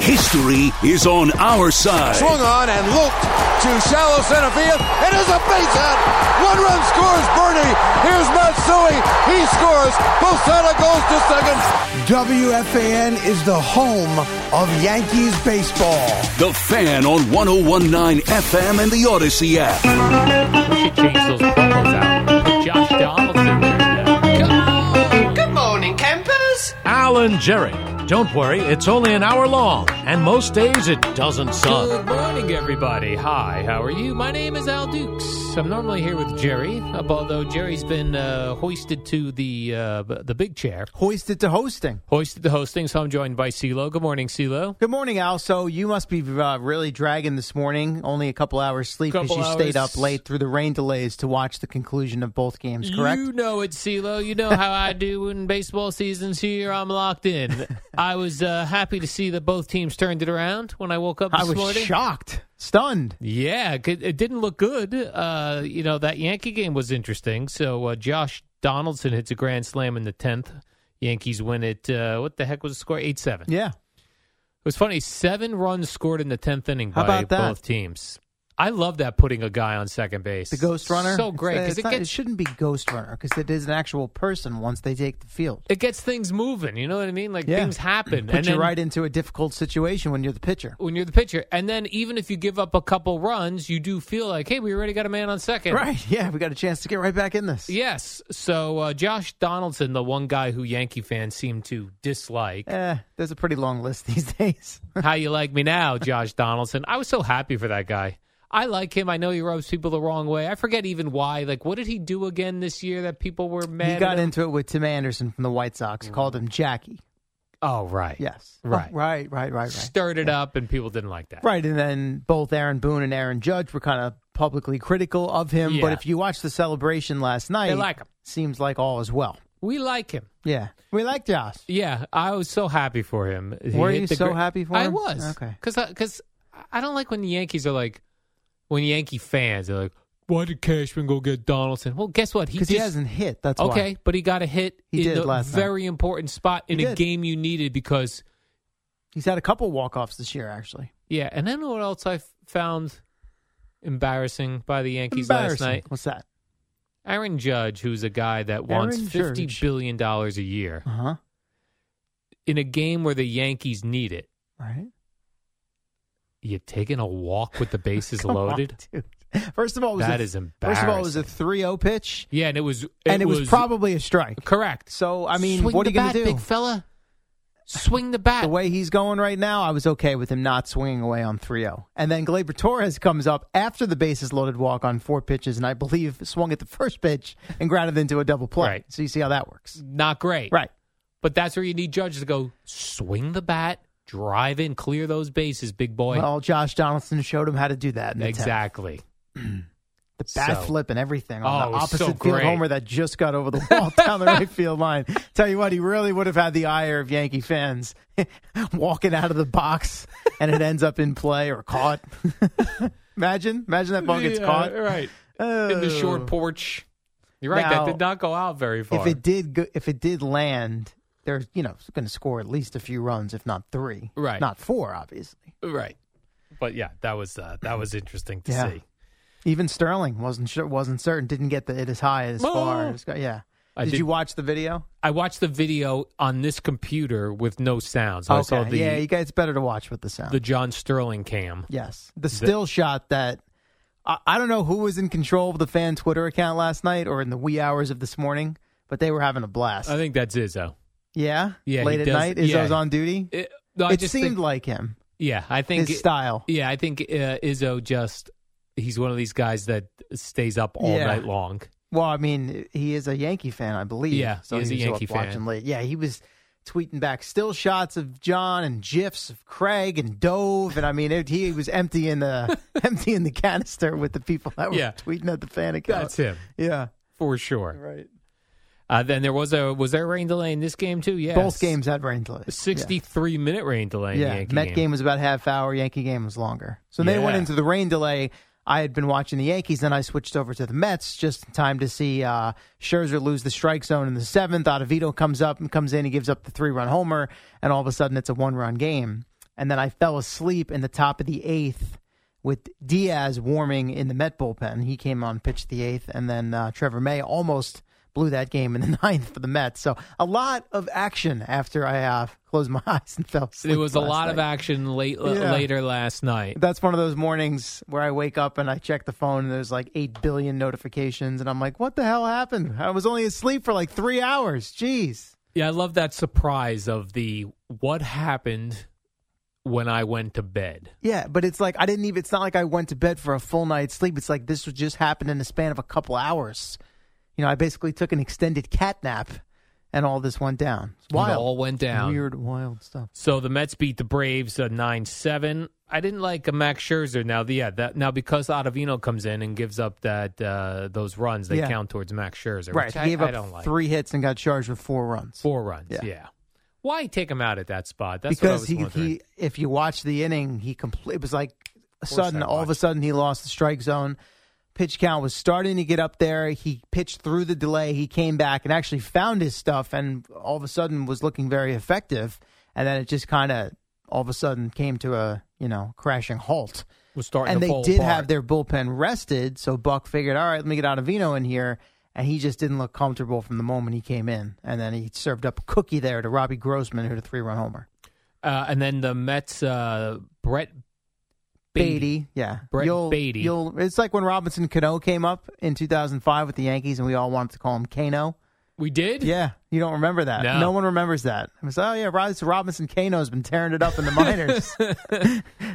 Speaker 5: History is on our side.
Speaker 7: Swung on and looked to shallow center field. It is a base hit. One run scores Bernie. Here's Matsui. He scores. Posada goes to second. WFAN is the home of Yankees baseball.
Speaker 5: The Fan on 1019 FM and the Odyssey app.
Speaker 2: We should change those promos out. Josh Donaldson. Jerry, now.
Speaker 8: Good morning, campers.
Speaker 5: Alan Jerry. Don't worry, it's only an hour long, and most days it doesn't suck.
Speaker 2: Good morning, everybody. Hi, how are you? My name is Al Dukes. I'm normally here with Jerry, uh, although Jerry's been uh, hoisted to the uh, b- the big chair,
Speaker 7: Hoisted to hosting.
Speaker 2: hoisted to hosting. So I'm joined by CeeLo. Good morning, CeeLo.
Speaker 7: Good morning, Al. So you must be uh, really dragging this morning. Only a couple hours sleep because
Speaker 2: Couple
Speaker 7: you stayed
Speaker 2: hours.
Speaker 7: up late through the rain delays to watch the conclusion of both games. Correct?
Speaker 2: You know it, CeeLo. You know how I do when baseball season's here. I'm locked in. I was uh, happy to see that both teams turned it around when I woke up this
Speaker 7: I was
Speaker 2: morning.
Speaker 7: shocked, stunned.
Speaker 2: Yeah, it it didn't look good. Uh, you know that Yankee game was interesting. So uh, Josh Donaldson hits a grand slam in the tenth. Yankees win it. Uh, what the heck was the score? Eight seven.
Speaker 7: Yeah.
Speaker 2: It was funny. Seven runs scored in the tenth inning
Speaker 7: How
Speaker 2: by
Speaker 7: about that?
Speaker 2: both teams. I love that putting a guy on second base.
Speaker 7: The ghost runner.
Speaker 2: So great
Speaker 7: It's- uh, it's
Speaker 2: because it
Speaker 7: not-
Speaker 2: gets
Speaker 7: shouldn't be ghost runner because it is an actual person once they take the field.
Speaker 2: it gets things moving. You know what I mean? Like
Speaker 7: Yeah.
Speaker 2: things happen.
Speaker 7: Put
Speaker 2: and
Speaker 7: you
Speaker 2: then,
Speaker 7: right into a difficult situation when you're the pitcher.
Speaker 2: when you're the pitcher, and then even if you give up a couple runs, you do feel like, hey, we already got a man on second.
Speaker 7: Right. Yeah, we got a chance to get right back in this.
Speaker 2: Yes. So uh, Josh Donaldson, the one guy who Yankee fans seem to dislike.
Speaker 7: Eh, there's a pretty long list these days.
Speaker 2: How you like me now, Josh Donaldson? I was so happy for that guy. I like him. I know he rubs people the wrong way. I forget even why. Like, what did he do again this year that people were mad?
Speaker 7: he
Speaker 2: at
Speaker 7: got
Speaker 2: him?
Speaker 7: into it with Tim Anderson from the White Sox, called him Jackie.
Speaker 2: Oh, right.
Speaker 7: Yes.
Speaker 2: Mm. Right.
Speaker 7: Oh, right, right, right, right.
Speaker 2: Stirred it up, and people didn't like that.
Speaker 7: Right, and then both Aaron Boone and Aaron Judge were kind of publicly critical of him. But
Speaker 2: Yeah.
Speaker 7: if you watch the celebration last night,
Speaker 2: like him.
Speaker 7: Seems like all is well.
Speaker 2: We like him.
Speaker 7: Yeah, we like Josh.
Speaker 2: Yeah, I was so happy for him. He
Speaker 7: Were
Speaker 2: hit
Speaker 7: you
Speaker 2: the
Speaker 7: so
Speaker 2: gr-
Speaker 7: happy for
Speaker 2: I
Speaker 7: him?
Speaker 2: was.
Speaker 7: Okay.
Speaker 2: Because because I don't like when the Yankees are like when Yankee fans are like, why did Cashman go get Donaldson? Well, guess what?
Speaker 7: Because he,
Speaker 2: just-
Speaker 7: hasn't hit. That's why.
Speaker 2: okay, but he got a hit
Speaker 7: He
Speaker 2: in
Speaker 7: did
Speaker 2: a
Speaker 7: last night.
Speaker 2: very important spot in
Speaker 7: He
Speaker 2: a
Speaker 7: did.
Speaker 2: game you needed because
Speaker 7: He's had a couple walk offs this year, actually.
Speaker 2: yeah. And then what else I f- found embarrassing by the Yankees last
Speaker 7: Embarrassing.
Speaker 2: night?
Speaker 7: What's that?
Speaker 2: Aaron Judge, who's a guy that wants
Speaker 7: Aaron
Speaker 2: fifty
Speaker 7: Judge.
Speaker 2: billion dollars a year
Speaker 7: Uh huh.
Speaker 2: in a game where the Yankees need it.
Speaker 7: Right.
Speaker 2: You're taking a walk with the bases
Speaker 7: Come on,
Speaker 2: loaded.
Speaker 7: dude. First of all, it was
Speaker 2: That
Speaker 7: a,
Speaker 2: is
Speaker 7: First of all, it was a
Speaker 2: embarrassing.
Speaker 7: 3 0 pitch,
Speaker 2: Yeah, and it was,
Speaker 7: and it was, probably a strike.
Speaker 2: correct.
Speaker 7: So, I mean,
Speaker 2: Swing
Speaker 7: what are
Speaker 2: the
Speaker 7: you going
Speaker 2: bat,
Speaker 7: to do?
Speaker 2: big fella? swing the bat.
Speaker 7: The way he's going right now, I was okay with him not swinging away on 3 0. And then Glaber Torres comes up after the bases loaded walk on four pitches, and I believe swung at the first pitch and grounded into a double play.
Speaker 2: Right.
Speaker 7: So you see how that works.
Speaker 2: Not great.
Speaker 7: Right.
Speaker 2: But that's where you need judges to go swing the bat, drive in, clear those bases, big boy.
Speaker 7: Well, Josh Donaldson showed him how to do that. In the tenth.
Speaker 2: exactly.
Speaker 7: The bat
Speaker 2: So-
Speaker 7: flip and everything
Speaker 2: Oh,
Speaker 7: on
Speaker 2: it
Speaker 7: the
Speaker 2: was
Speaker 7: opposite
Speaker 2: so
Speaker 7: field
Speaker 2: great.
Speaker 7: homer that just got over the wall down the right field line. Tell you what, he really would have had the ire of Yankee fans walking out of the box and it ends up in play or caught. imagine, imagine that ball gets
Speaker 2: Yeah,
Speaker 7: caught.
Speaker 2: Right. In the
Speaker 7: Oh.
Speaker 2: short porch. You're right.
Speaker 7: Now,
Speaker 2: that did not go out very far.
Speaker 7: If it did, go, if it did land, they're you know going to score at least a few runs, if not three,
Speaker 2: Right.
Speaker 7: Not four, obviously.
Speaker 2: Right. But yeah, that was uh, that was interesting to
Speaker 7: Yeah.
Speaker 2: see.
Speaker 7: Even Sterling wasn't sure, wasn't certain, didn't get the it as high as far.
Speaker 2: Oh.
Speaker 7: as- yeah.
Speaker 2: I
Speaker 7: did,
Speaker 2: did-
Speaker 7: you watch the video?
Speaker 2: I watched the video on this computer with no sound. So I saw
Speaker 7: Okay.
Speaker 2: the
Speaker 7: yeah, you guys it's better to watch with the sound.
Speaker 2: the John Sterling cam.
Speaker 7: Yes. The still shot that I, I don't know who was in control of the fan Twitter account last night or in the wee hours of this morning, but they were having a blast.
Speaker 2: I think that's Izzo.
Speaker 7: yeah?
Speaker 2: Yeah, he
Speaker 7: Late at
Speaker 2: does-
Speaker 7: night, Izzo's
Speaker 2: yeah.
Speaker 7: on duty.
Speaker 2: It, no, I
Speaker 7: it
Speaker 2: just
Speaker 7: seemed
Speaker 2: think-
Speaker 7: like him.
Speaker 2: Yeah, I think
Speaker 7: his style.
Speaker 2: Yeah, I think uh, Izzo just he's one of these guys that stays up all
Speaker 7: Yeah.
Speaker 2: night long.
Speaker 7: Well, I mean, he is a Yankee fan, I believe.
Speaker 2: Yeah,
Speaker 7: so
Speaker 2: he is a
Speaker 7: was up
Speaker 2: Yankee fan.
Speaker 7: Watching late. Yeah, he was tweeting back still shots of John and gifs of Craig and Dove, and I mean, it, he was emptying the emptying the canister with the people that were
Speaker 2: Yeah.
Speaker 7: tweeting at the fan account.
Speaker 2: That's him
Speaker 7: Yeah,
Speaker 2: for sure.
Speaker 7: right.
Speaker 2: Uh, then there was a was there a rain delay in this game too? Yeah,
Speaker 7: Both games had rain delays. Yeah.
Speaker 2: sixty three minute rain delay. in the
Speaker 7: Yeah,
Speaker 2: Yankee
Speaker 7: Met game. was about half hour. Yankee game was longer. So they went
Speaker 2: Yeah.
Speaker 7: into the rain delay. I had been watching the Yankees, then I switched over to the Mets just in time to see uh, Scherzer lose the strike zone in the seventh. Ottavino comes up and comes in. He gives up the three run homer, and all of a sudden it's a one run game. And then I fell asleep in the top of the eighth with Diaz warming in the Met bullpen. He came on, pitched the eighth, and then uh, Trevor May almost blew that game in the ninth for the Mets. So a lot of action after I uh, closed my eyes and fell asleep.
Speaker 2: There was a
Speaker 7: last
Speaker 2: lot of
Speaker 7: night.
Speaker 2: action late uh,
Speaker 7: Yeah.
Speaker 2: later last night.
Speaker 7: That's one of those mornings where I wake up and I check the phone and there's like 8 billion notifications and I'm like, what the hell happened? I was only asleep for like three hours. Jeez.
Speaker 2: Yeah, I love that surprise of the what happened when I went to bed.
Speaker 7: Yeah, but it's like I didn't even. It's not like I went to bed for a full night's sleep. It's like this was just happened in the span of a couple hours. You know, I basically took an extended cat nap, and all this went down. It's
Speaker 2: It
Speaker 7: wild,
Speaker 2: all went down.
Speaker 7: Weird, wild stuff.
Speaker 2: So the Mets beat the Braves uh, nine seven. I didn't like uh, Max Scherzer. Now, the- yeah, that now because Ottavino comes in and gives up that uh, those runs, they
Speaker 7: Yeah.
Speaker 2: count towards Max Scherzer.
Speaker 7: Right,
Speaker 2: which
Speaker 7: he
Speaker 2: I,
Speaker 7: gave
Speaker 2: I
Speaker 7: up
Speaker 2: don't like.
Speaker 7: three hits and got charged with four runs.
Speaker 2: four runs.
Speaker 7: Yeah.
Speaker 2: Yeah. why take him out at that spot? That's what I
Speaker 7: because
Speaker 2: was
Speaker 7: he,
Speaker 2: wondering.
Speaker 7: he, if you watch the inning, he complete. It was like a
Speaker 1: course
Speaker 7: sudden,
Speaker 1: I
Speaker 7: all of a
Speaker 1: watched.
Speaker 7: sudden, he lost the strike zone. Pitch count was starting to get up there. He pitched through the delay. He came back and actually found his stuff, and all of a sudden was looking very effective. And then it just kind of all of a sudden came to a you know crashing halt.
Speaker 2: was starting
Speaker 7: and
Speaker 2: to
Speaker 7: they
Speaker 2: fall
Speaker 7: did
Speaker 2: apart.
Speaker 7: have their bullpen rested, so Buck figured, all right, let me get Ottavino in here. And he just didn't look comfortable from the moment he came in. And then he served up a cookie there to Robbie Grossman, who had a three run homer.
Speaker 2: uh, and then the Mets uh, Brett
Speaker 7: Beatty. Yeah.
Speaker 2: Brett
Speaker 7: you'll,
Speaker 2: Beatty.
Speaker 7: You'll, it's like when Robinson Cano came up in 2005 with the Yankees and we all wanted to call him Cano.
Speaker 2: We did.
Speaker 7: Yeah. You don't remember that.
Speaker 2: No.
Speaker 7: one remembers that. It was, oh, yeah, Rob- Robinson Cano's been tearing it up in the minors.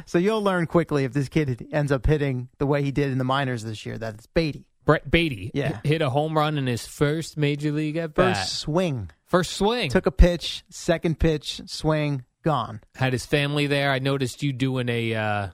Speaker 7: so you'll learn quickly if this kid ends up hitting the way he did in the minors this year that it's Beatty.
Speaker 2: Brett Beatty
Speaker 7: Yeah.
Speaker 2: hit a home run in his first major league at bat.
Speaker 7: First swing.
Speaker 2: First swing.
Speaker 7: Took a pitch, second pitch, swing, gone.
Speaker 2: Had his family there. I noticed you doing a uh,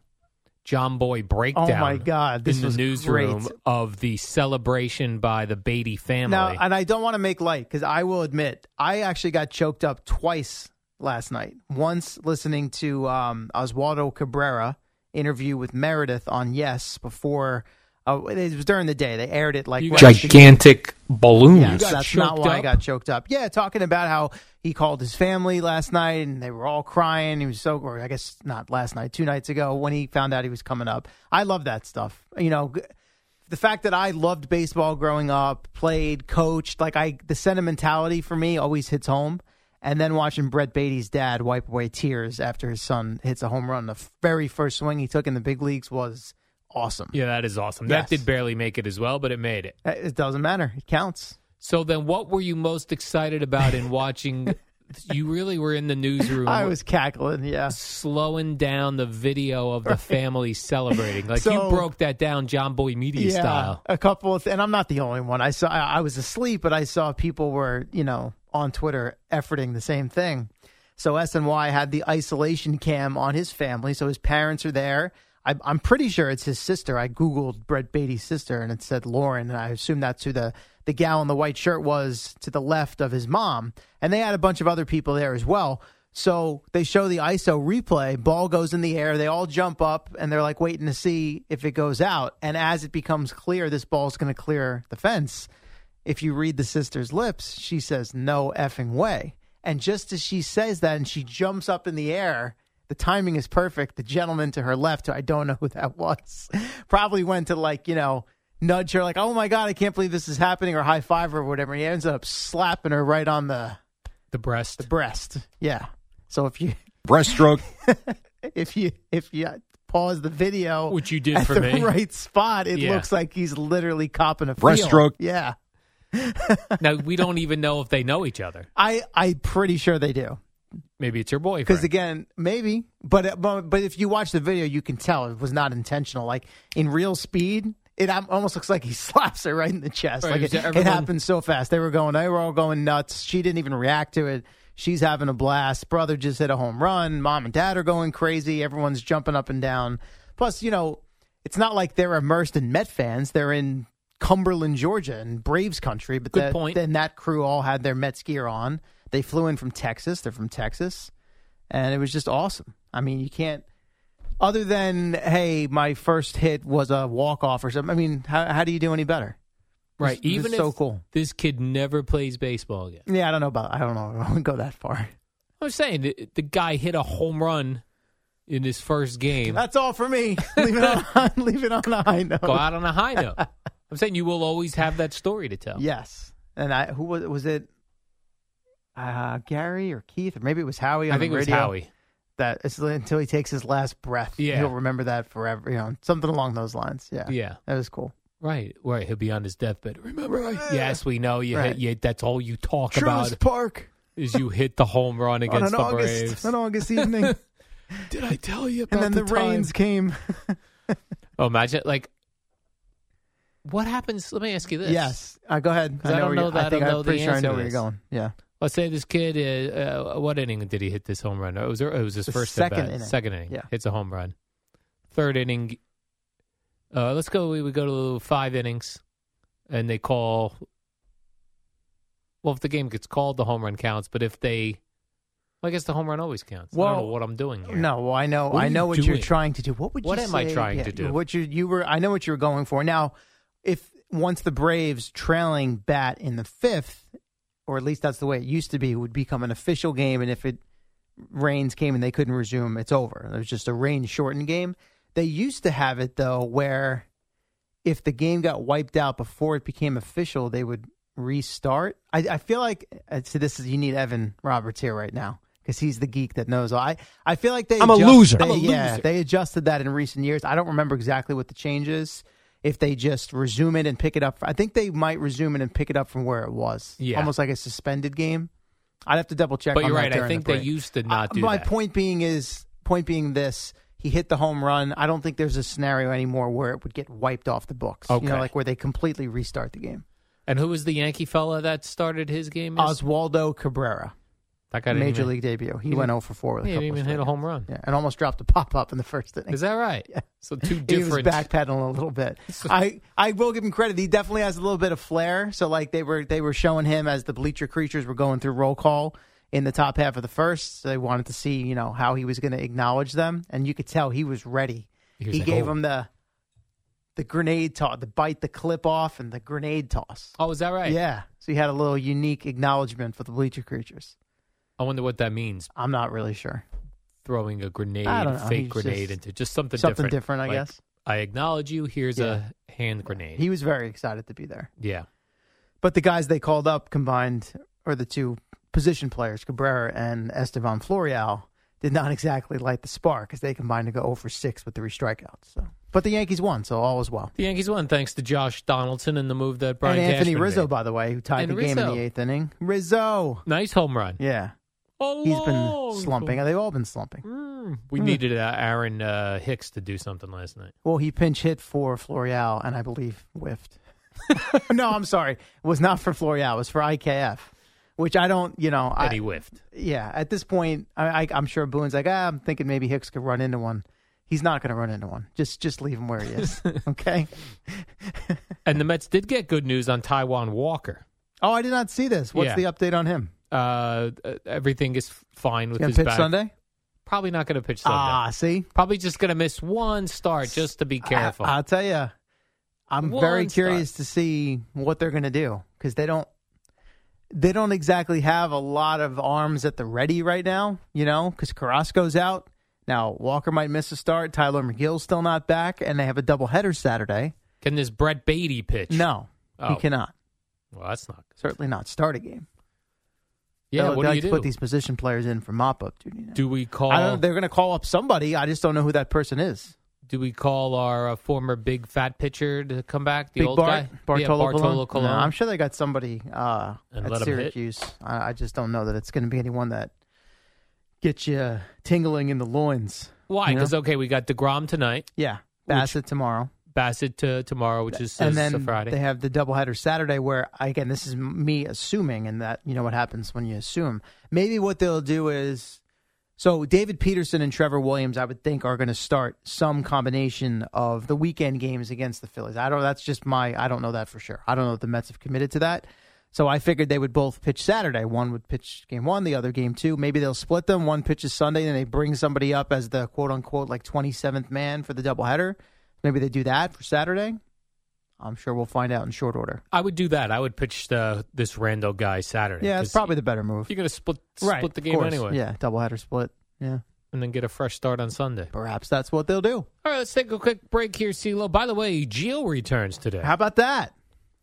Speaker 2: John Boy breakdown.
Speaker 7: Oh, my God. This
Speaker 2: in the
Speaker 7: was
Speaker 2: newsroom
Speaker 7: great.
Speaker 2: of the celebration by the Beatty family.
Speaker 7: Now, and I don't want to make light because I will admit I actually got choked up twice last night. Once listening to um, Oswaldo Cabrera interview with Meredith on Yes before uh, it was during the day. They aired it like
Speaker 2: You
Speaker 7: right
Speaker 2: got-
Speaker 7: at the-
Speaker 2: gigantic balloons.
Speaker 7: yeah,
Speaker 2: You got
Speaker 7: that's not
Speaker 2: choked
Speaker 7: why I
Speaker 2: up?
Speaker 7: got choked up. Yeah, talking about how he called his family last night and they were all crying. He was so, or I guess not last night, two nights ago when he found out he was coming up. I love that stuff. You know, g- the fact that I loved baseball growing up, played, coached, like I, the sentimentality for me always hits home. And then watching Brett Beatty's dad wipe away tears after his son hits a home run, the very first swing he took in the big leagues was awesome.
Speaker 2: Yeah, that is awesome.
Speaker 7: Yes.
Speaker 2: That did barely make it as well, but it made it.
Speaker 7: It it doesn't matter. It counts.
Speaker 2: So then, what were you most excited about in watching you really were in the newsroom.
Speaker 7: I was cackling, yeah.
Speaker 2: Slowing down the video of the family celebrating. Like
Speaker 7: So-
Speaker 2: you broke that down John Boy Media style.
Speaker 7: A couple, of th- and I'm not the only one. I saw. I, I was asleep, but I saw people were, you know, on Twitter efforting the same thing. So S and Y had the isolation cam on his family, so his parents are there. I, I'm pretty sure it's his sister. I googled Brett Beatty's sister, and it said Lauren, and I assume that's who the the gal in the white shirt was to the left of his mom. And they had a bunch of other people there as well. So they show the ISO replay, ball goes in the air, they all jump up and they're like waiting to see if it goes out. And as it becomes clear this ball's going to clear the fence, if you read the sister's lips, she says, No effing way. And just as she says that and she jumps up in the air, the timing is perfect. The gentleman to her left, who I don't know who that was, probably went to like, you know, nudge her, like, Oh my God, I can't believe this is happening, or high five her or whatever. He ends up slapping her right on the
Speaker 2: the breast.
Speaker 7: The breast. Yeah. So if you
Speaker 1: Breaststroke.
Speaker 7: if you if you pause the video,
Speaker 2: which you did
Speaker 7: at
Speaker 2: for
Speaker 7: the
Speaker 2: me.
Speaker 7: right spot, it
Speaker 2: Yeah.
Speaker 7: looks like he's literally copping a
Speaker 2: Breaststroke.
Speaker 7: field. Yeah,
Speaker 2: now we don't even know if they know each other.
Speaker 7: I I'm pretty sure they do
Speaker 2: Maybe it's your
Speaker 7: because
Speaker 2: boyfriend.
Speaker 7: again, maybe, but uh, but but if you watch the video, you can tell it was not intentional. Like in real speed. It am- almost looks like he slaps her right in the chest.
Speaker 2: Right,
Speaker 7: like it,
Speaker 2: so
Speaker 7: it
Speaker 2: everyone-
Speaker 7: happened so fast. They were going, they were all going nuts. She didn't even react to it. She's having a blast. Brother just hit a home run. Mom and dad are going crazy. Everyone's jumping up and down. Plus, you know, it's not like they're immersed in Met fans. They're in Cumberland, Georgia, and Braves country. But
Speaker 2: Good
Speaker 7: that,
Speaker 2: point.
Speaker 7: then that crew all had their Mets gear on. They flew in from Texas. They're from Texas, and it was just awesome. I mean, you can't. Other than hey, my first hit was a walk off or something. I mean, how how do you do any better?
Speaker 2: right.
Speaker 7: This- this
Speaker 2: Even
Speaker 7: is so
Speaker 2: if
Speaker 7: cool.
Speaker 2: this kid never plays baseball again.
Speaker 7: Yeah, I don't know about. I don't know. I wouldn't go that far.
Speaker 2: I'm saying the, the guy hit a home run in his first game.
Speaker 7: That's all for me. leave it on. leave it on a high note.
Speaker 2: Go out on a high note. I'm saying you will always have that story to tell.
Speaker 7: Yes, and I who was was it? Uh, Gary or Keith, or maybe it was Howie.
Speaker 2: I
Speaker 7: On
Speaker 2: think
Speaker 7: the
Speaker 2: it was
Speaker 7: radio.
Speaker 2: Howie.
Speaker 7: That it's li- until he takes his last breath.
Speaker 2: Yeah.
Speaker 7: he'll remember that forever. You know, something along those lines. Yeah,
Speaker 2: Yeah.
Speaker 7: that was cool.
Speaker 2: Right, right. He'll be on his deathbed. Remember, I, yes, we know you.
Speaker 7: Right.
Speaker 2: Hit, you that's all you talk
Speaker 7: Truist
Speaker 2: about
Speaker 7: Park
Speaker 2: is you hit the home run
Speaker 7: on
Speaker 2: against
Speaker 7: an
Speaker 2: the
Speaker 7: August
Speaker 2: Braves.
Speaker 7: on August evening,
Speaker 2: Did I tell you?
Speaker 7: and then the, rains came.
Speaker 2: Oh, imagine like what happens. Let me ask you this.
Speaker 7: Yes, uh, go ahead.
Speaker 2: 'Cause I don't
Speaker 7: where
Speaker 2: know
Speaker 7: you-
Speaker 2: that
Speaker 7: I think
Speaker 2: I'll
Speaker 7: I'm
Speaker 2: know the
Speaker 7: pretty sure I
Speaker 2: answer
Speaker 7: know
Speaker 2: to
Speaker 7: where you're
Speaker 2: this.
Speaker 7: going. Yeah,
Speaker 2: Let's say this kid. Uh, uh, what inning did he hit this home run? It was it was his
Speaker 7: The
Speaker 2: first
Speaker 7: second
Speaker 2: at bat.
Speaker 7: inning.
Speaker 2: Second inning.
Speaker 7: Yeah.
Speaker 2: hits a home run. Third inning. Uh, let's go. We would go to five innings, and they call. Well, if the game gets called, the home run counts. But if they, well, I guess the home run always counts. I
Speaker 7: Well,
Speaker 2: don't know what I'm doing here.
Speaker 7: No, well, I know,
Speaker 2: What are
Speaker 7: I
Speaker 2: you
Speaker 7: know what you're
Speaker 2: doing?
Speaker 7: trying to do. What would you?
Speaker 2: What am I
Speaker 7: say-
Speaker 2: trying to do?
Speaker 7: What you you were? I know what you were going for. Now, if once the Braves trailing bat in the fifth, or at least that's the way it used to be, would become an official game, and if it rains came and they couldn't resume, it's over. It was just a rain shortened game. They used to have it though, where if the game got wiped out before it became official, they would restart. I, I feel like uh, so this is you need Evan Roberts here right now because he's the geek that knows. all. I I feel like they.
Speaker 1: I'm a loser.
Speaker 7: they-
Speaker 1: I'm a
Speaker 7: yeah,
Speaker 1: loser.
Speaker 7: they adjusted that in recent years. I don't remember exactly what the change is. If they just resume it and pick it up, I think they might resume it and pick it up from where it was.
Speaker 2: Yeah.
Speaker 7: almost like a suspended game. I'd have to double check.
Speaker 2: But
Speaker 7: on
Speaker 2: you're
Speaker 7: that
Speaker 2: right. I
Speaker 7: during the
Speaker 2: think they
Speaker 7: break.
Speaker 2: used to not
Speaker 7: Uh,
Speaker 2: do
Speaker 7: my
Speaker 2: that.
Speaker 7: point being is point being this he hit the home run i don't think there's a scenario anymore where it would get wiped off the books you know
Speaker 2: Okay.
Speaker 7: like where they completely restart the game
Speaker 2: And who was the Yankee fella that started his game? as-
Speaker 7: oswaldo cabrera
Speaker 2: that guy didn't
Speaker 7: major
Speaker 2: even-
Speaker 7: league debut he,
Speaker 2: he
Speaker 7: went 0
Speaker 2: didn't-
Speaker 7: for 4 with
Speaker 2: he
Speaker 7: a couple
Speaker 2: didn't even
Speaker 7: of
Speaker 2: hit a
Speaker 7: strikeouts.
Speaker 2: home run.
Speaker 7: yeah, and almost dropped a pop-up in the first inning
Speaker 2: Is that right? So two
Speaker 7: he was
Speaker 2: different.
Speaker 7: backpedaling a little bit. I, I will give him credit. He definitely has a little bit of flair. So like they were they were showing him as the bleacher creatures were going through roll call in the top half of the first. So they wanted to see you know how he was going to acknowledge them, and you could tell he was ready. He,
Speaker 2: was like,
Speaker 7: gave
Speaker 2: "Oh."
Speaker 7: him the the grenade toss, the bite the clip off, and the grenade toss.
Speaker 2: oh, is that right?
Speaker 7: Yeah, so he had a little unique acknowledgement for the bleacher creatures.
Speaker 2: I wonder what that means.
Speaker 7: I'm not really sure.
Speaker 2: Throwing a grenade,
Speaker 7: I don't know.
Speaker 2: fake
Speaker 7: He's
Speaker 2: grenade
Speaker 7: just-
Speaker 2: into just something
Speaker 7: something
Speaker 2: different.
Speaker 7: different, I
Speaker 2: Like,
Speaker 7: guess.
Speaker 2: I acknowledge you. Here's a hand grenade.
Speaker 7: He was very excited to be there.
Speaker 2: yeah.
Speaker 7: But the guys they called up combined, or the two position players, Cabrera and Estevan Florial, did not exactly light the spark as they combined to go 0 for 6 with three strikeouts. So, But the Yankees won, so all is well.
Speaker 2: The Yankees won thanks to Josh Donaldson and the move that Brian
Speaker 7: and Anthony
Speaker 2: Cashman
Speaker 7: Rizzo,
Speaker 2: made.
Speaker 7: by the way, who tied
Speaker 2: And
Speaker 7: the game in
Speaker 2: Rizzo.
Speaker 7: the eighth inning. Rizzo!
Speaker 2: Nice home run.
Speaker 7: Yeah. He's been
Speaker 2: Alone.
Speaker 7: slumping. They've all been slumping.
Speaker 2: We
Speaker 7: Mm.
Speaker 2: needed uh, Aaron uh, Hicks to do something last night.
Speaker 7: Well, he pinch hit for Florial and I believe whiffed. no, I'm sorry. It was not for Florial. It was for IKF, which I don't, you know. I,
Speaker 2: And he whiffed.
Speaker 7: Yeah. At this point, I, I, I'm sure Boone's like, ah, I'm thinking maybe Hicks could run into one. He's not going to run into one. Just just leave him where he is. okay.
Speaker 2: And the Mets did get good news on Taiwan Walker.
Speaker 7: Oh, I did not see this. What's
Speaker 2: Yeah.
Speaker 7: the update on him?
Speaker 2: Uh, uh, everything is fine with
Speaker 7: Gonna
Speaker 2: his
Speaker 7: pitch
Speaker 2: back.
Speaker 7: Sunday?
Speaker 2: Probably not going to pitch Sunday.
Speaker 7: Ah, see?
Speaker 2: Probably just going to miss one start just to be careful.
Speaker 7: I, will tell you, I'm
Speaker 2: One
Speaker 7: very curious to see what they're going to do because they don't they don't exactly have a lot of arms at the ready right now. You know, because Carrasco's out now. Walker might miss a start. Tyler McGill's still not back, and they have a doubleheader Saturday.
Speaker 2: Can this Brett Beatty pitch?
Speaker 7: No,
Speaker 2: Oh.
Speaker 7: he cannot.
Speaker 2: Well, that's not.
Speaker 7: Certainly not start a game.
Speaker 2: Yeah,
Speaker 7: They'll- they
Speaker 2: what do
Speaker 7: like
Speaker 2: you
Speaker 7: to
Speaker 2: do?
Speaker 7: put these position players in for mop up duty. now.
Speaker 2: do we call?
Speaker 7: I don't, they're going to call up somebody. I just don't know who that person is.
Speaker 2: do we call our uh, former big fat pitcher to come back? The
Speaker 7: Big
Speaker 2: old
Speaker 7: Bart,
Speaker 2: guy,
Speaker 7: Bartolo,
Speaker 2: yeah, Bartolo
Speaker 7: Colon?
Speaker 2: Colon.
Speaker 7: No, I'm sure they got somebody uh,
Speaker 2: And
Speaker 7: at
Speaker 2: let 'em hit.
Speaker 7: Syracuse. I, I just don't know that it's going to be anyone that gets you tingling in the loins.
Speaker 2: Why?
Speaker 7: you know?
Speaker 2: Because okay, we got Degrom tonight,
Speaker 7: yeah, Bassett tomorrow,
Speaker 2: Bassett to tomorrow, which is uh,
Speaker 7: and then
Speaker 2: Friday.
Speaker 7: they have the doubleheader Saturday. Where again, this is m- me assuming, and that you know what happens when you assume. Maybe what they'll do is. So David Peterson and Trevor Williams, I would think, are going to start some combination of the weekend games against the Phillies. I don't. That's just my. I don't know that for sure. I don't know if the Mets have committed to that. So I figured they would both pitch Saturday. One would pitch game one, the other game two. Maybe they'll split them. One pitches Sunday, and they bring somebody up as the quote unquote like twenty seventh man for the doubleheader. Maybe they do that for Saturday. I'm sure we'll find out in short order.
Speaker 2: I would do that. I would pitch the, this Randall guy Saturday.
Speaker 7: Yeah, it's
Speaker 2: 'cause
Speaker 7: probably the better move.
Speaker 2: You're going to split split
Speaker 7: Right,
Speaker 2: the
Speaker 7: of
Speaker 2: game
Speaker 7: course.
Speaker 2: anyway.
Speaker 7: Yeah, doubleheader split. Yeah,
Speaker 2: and then get a fresh start on Sunday.
Speaker 7: perhaps that's what they'll do.
Speaker 2: All right, let's take a quick break here, CeeLo. By the way, Geo returns today.
Speaker 7: How about that?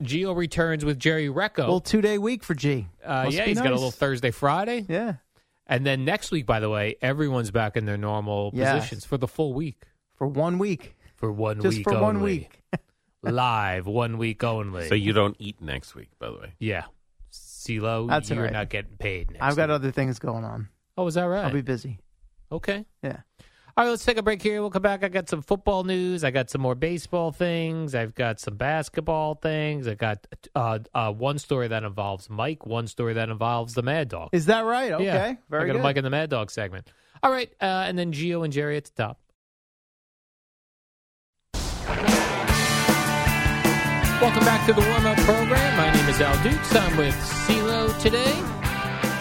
Speaker 2: Geo returns with Jerry Recco.
Speaker 7: Little two day week for G.
Speaker 2: uh,
Speaker 7: Must
Speaker 2: yeah,
Speaker 7: be
Speaker 2: he's got a
Speaker 7: nice.
Speaker 2: little Thursday, Friday.
Speaker 7: Yeah,
Speaker 2: And then next week, by the way, everyone's back in their normal
Speaker 7: Yes.
Speaker 2: positions for the full week.
Speaker 7: for one week,
Speaker 2: For one
Speaker 7: just
Speaker 2: week
Speaker 7: for
Speaker 2: only.
Speaker 7: one week.
Speaker 2: Live, one week only.
Speaker 9: So you don't eat next week, by the way.
Speaker 2: Yeah. CeeLo,
Speaker 7: That's all
Speaker 2: you're
Speaker 7: right.
Speaker 2: not getting paid next
Speaker 7: I've got
Speaker 2: week.
Speaker 7: other things going on.
Speaker 2: Oh, is that right?
Speaker 7: I'll be busy.
Speaker 2: okay.
Speaker 7: Yeah.
Speaker 2: All right, let's take a break here. We'll come back. I got some football news. I got some more baseball things. I've got some basketball things. I got uh, uh, one story that involves Mike, one story that involves the Mad Dog.
Speaker 7: Is that right? Okay.
Speaker 2: Yeah. I
Speaker 7: Very
Speaker 2: got
Speaker 7: good.
Speaker 2: a Mike and the Mad Dog segment. All right, uh, and then Geo and Jerry at the top. Welcome back to the warm up program. My name is Al Dukes. I'm with CeeLo today.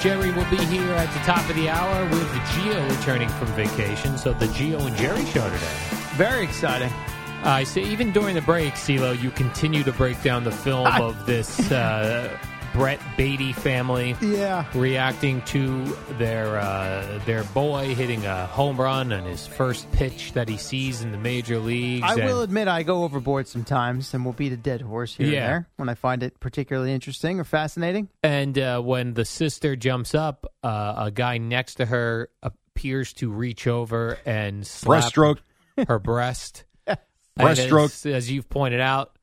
Speaker 2: Jerry will be here at the top of the hour with Geo returning from vacation. So the Geo and Jerry show today.
Speaker 7: Very exciting.
Speaker 2: I see. Even during the break, CeeLo, you continue to break down the film of this uh, Brett Beatty family
Speaker 7: Yeah.
Speaker 2: reacting to their uh, their boy hitting a home run on his first pitch that he sees in the major leagues.
Speaker 7: I
Speaker 2: and-
Speaker 7: will admit I go overboard sometimes and will beat a dead horse here
Speaker 2: Yeah.
Speaker 7: and there when I find it particularly interesting or fascinating.
Speaker 2: And uh, when the sister jumps up, uh, a guy next to her appears to reach over and slap
Speaker 1: Breaststroke.
Speaker 2: her breast. And
Speaker 1: Breaststroke.
Speaker 2: As, as you've pointed out,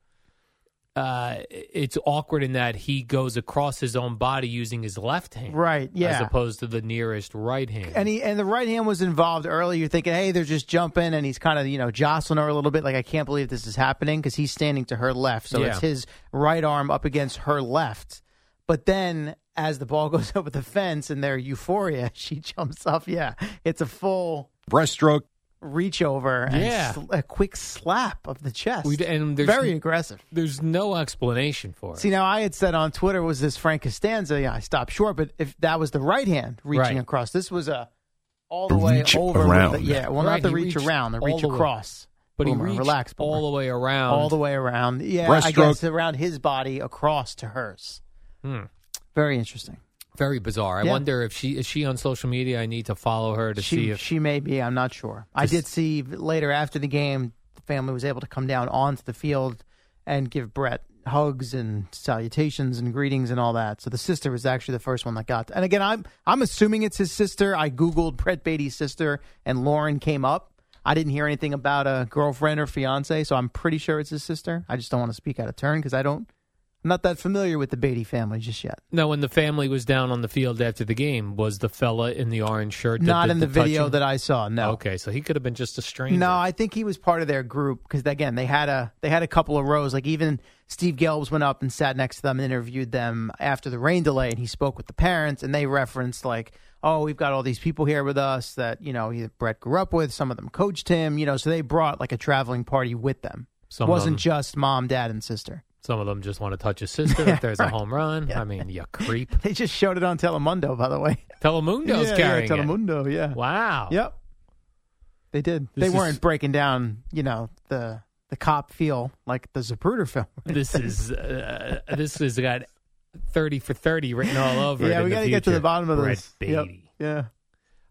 Speaker 2: uh, it's awkward in that he goes across his own body using his left hand,
Speaker 7: Right, yeah.
Speaker 2: as opposed to the nearest right hand.
Speaker 7: And he and the right hand was involved early. You're thinking, hey, they're just jumping, and he's kind of you know jostling her a little bit. Like I can't believe this is happening because he's standing to her left, so
Speaker 2: Yeah.
Speaker 7: it's his right arm up against her left. But then, as the ball goes over the fence and their euphoria, she jumps up. Yeah, it's a full
Speaker 1: Breaststroke.
Speaker 7: reach over and
Speaker 2: Yeah.
Speaker 7: sl- a quick slap of the chest.
Speaker 2: We d- and there's-
Speaker 7: very aggressive.
Speaker 2: There's no explanation for it.
Speaker 7: See, now I had said on Twitter was this Frank Costanza. Yeah, I stopped short, but if that was the right hand reaching
Speaker 2: Right.
Speaker 7: across, this was a all the way
Speaker 10: reach
Speaker 7: over. with
Speaker 10: around.
Speaker 7: the- yeah, well,
Speaker 2: Right,
Speaker 7: not the
Speaker 2: he
Speaker 7: reach
Speaker 2: reached
Speaker 7: around, the
Speaker 2: all
Speaker 7: reach
Speaker 2: the way.
Speaker 7: across.
Speaker 2: But he
Speaker 7: Boomer,
Speaker 2: reached
Speaker 7: relax, Boomer.
Speaker 2: all the way around.
Speaker 7: all the way around. Yeah, I
Speaker 1: Breaststroke.
Speaker 7: guess around his body across to hers.
Speaker 2: Hmm.
Speaker 7: Very interesting.
Speaker 2: Very bizarre. I
Speaker 7: Yeah.
Speaker 2: wonder if she is she on social media. I need to follow her to
Speaker 7: she
Speaker 2: see if
Speaker 7: she may be. I'm not sure. I did see later after the game, the family was able to come down onto the field and give Brett hugs and salutations and greetings and all that. So the sister was actually the first one that got. and again, I'm I'm assuming it's his sister. I googled Brett Beatty's sister, and Lauren came up. I didn't hear anything about a girlfriend or fiance, so I'm pretty sure it's his sister. I just don't want to speak out of turn because I don't I'm not that familiar with the Beatty family just yet.
Speaker 2: Now, when the family was down on the field after the game, was the fella in the orange shirt that
Speaker 7: Not
Speaker 2: did
Speaker 7: in the, video
Speaker 2: touching?
Speaker 7: that I saw. No.
Speaker 2: Okay, so he could have been just a stranger.
Speaker 7: No, I think he was part of their group because again, they had a they had a couple of rows. Like even Steve Gelbs went up and sat next to them and interviewed them after the rain delay, and he spoke with the parents, and they referenced like, oh, we've got all these people here with us that you know either Brett grew up with, some of them coached him, you know, so they brought like a traveling party with them.
Speaker 2: Some
Speaker 7: it
Speaker 2: of
Speaker 7: wasn't
Speaker 2: them-
Speaker 7: just mom, dad, and sister.
Speaker 2: Some of them just want to touch his sister if there's a home run. I mean, you creep.
Speaker 7: They just showed it on Telemundo, by the way.
Speaker 2: Telemundo's
Speaker 7: yeah,
Speaker 2: carrying
Speaker 7: yeah,
Speaker 2: it.
Speaker 7: Telemundo, yeah.
Speaker 2: Wow.
Speaker 7: Yep. They did.
Speaker 2: This
Speaker 7: they
Speaker 2: is-
Speaker 7: weren't breaking down, you know, the the cop feel like the Zapruder film.
Speaker 2: This is uh, this has got thirty for thirty written all over.
Speaker 7: yeah,
Speaker 2: it in
Speaker 7: we
Speaker 2: got
Speaker 7: gotta get to the bottom of this.
Speaker 2: Brett
Speaker 7: Yep.
Speaker 2: Beatty.
Speaker 7: Yeah.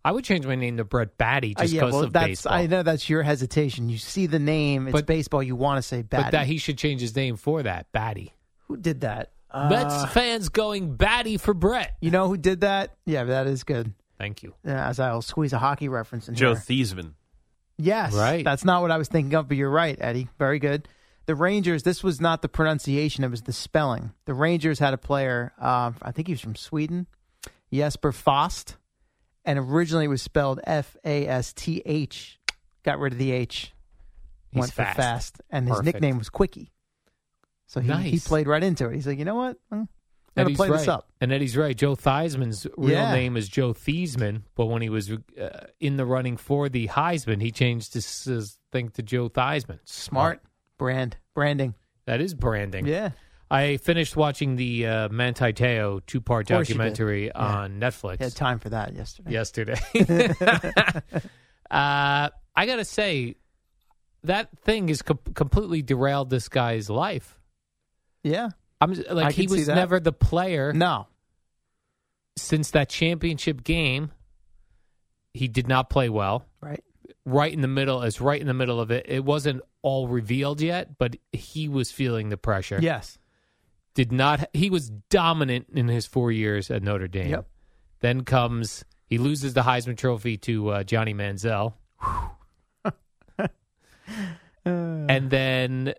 Speaker 2: I would change my name to Brett Batty
Speaker 7: Uh,
Speaker 2: just
Speaker 7: yeah,
Speaker 2: because
Speaker 7: well,
Speaker 2: of
Speaker 7: that's
Speaker 2: baseball.
Speaker 7: I know that's your hesitation. You see the name, it's
Speaker 2: But-
Speaker 7: baseball. You want to say Batty.
Speaker 2: But that he should change his name for that Batty.
Speaker 7: who did that?
Speaker 2: Mets
Speaker 7: Uh,
Speaker 2: fans going batty for Brett.
Speaker 7: you know who did that? Yeah, that is good.
Speaker 2: Thank you.
Speaker 7: Yeah, as I'll squeeze a hockey reference in
Speaker 10: Joe
Speaker 7: here.
Speaker 10: Theismann.
Speaker 7: Yes.
Speaker 10: Right.
Speaker 7: That's not what I was thinking of, but you're right, Eddie. Very good. The Rangers, this was not the pronunciation, it was the spelling. The Rangers had a player, um, I think he was from Sweden, Jesper Fast, and originally it was spelled F A S T H. Got rid of the H.
Speaker 2: He's
Speaker 7: went
Speaker 2: fast.
Speaker 7: for fast. And his
Speaker 2: Perfect.
Speaker 7: nickname was Quickie. So he, he
Speaker 2: Nice.
Speaker 7: played right into it. He's like, you know what? Mm, I'm going to play
Speaker 2: right.
Speaker 7: this up.
Speaker 2: And Eddie's right. Joe Theismann's real
Speaker 7: Yeah.
Speaker 2: name is Joe Theismann, but when he was uh, in the running for the Heisman, he changed his, his thing to Joe Theismann.
Speaker 7: Smart brand, branding.
Speaker 2: That is branding.
Speaker 7: Yeah.
Speaker 2: I finished watching the uh, Manti Te'o two part
Speaker 7: Of course you did.
Speaker 2: documentary
Speaker 7: Yeah.
Speaker 2: on Netflix.
Speaker 7: Had time for that yesterday.
Speaker 2: yesterday. uh, I gotta say, that thing has com- completely derailed this guy's life.
Speaker 7: Yeah.
Speaker 2: I'm s- like
Speaker 7: I
Speaker 2: he
Speaker 7: can see
Speaker 2: was
Speaker 7: that.
Speaker 2: never the player.
Speaker 7: No.
Speaker 2: since that championship game, he did not play well.
Speaker 7: Right.
Speaker 2: Right in the middle, it's right in the middle of it. It wasn't all revealed yet, but he was feeling the pressure.
Speaker 7: Yes.
Speaker 2: Did not. He was dominant in his four years at Notre Dame.
Speaker 7: Yep.
Speaker 2: Then comes he loses the Heisman Trophy to uh, Johnny Manziel.
Speaker 7: Mm.
Speaker 2: and then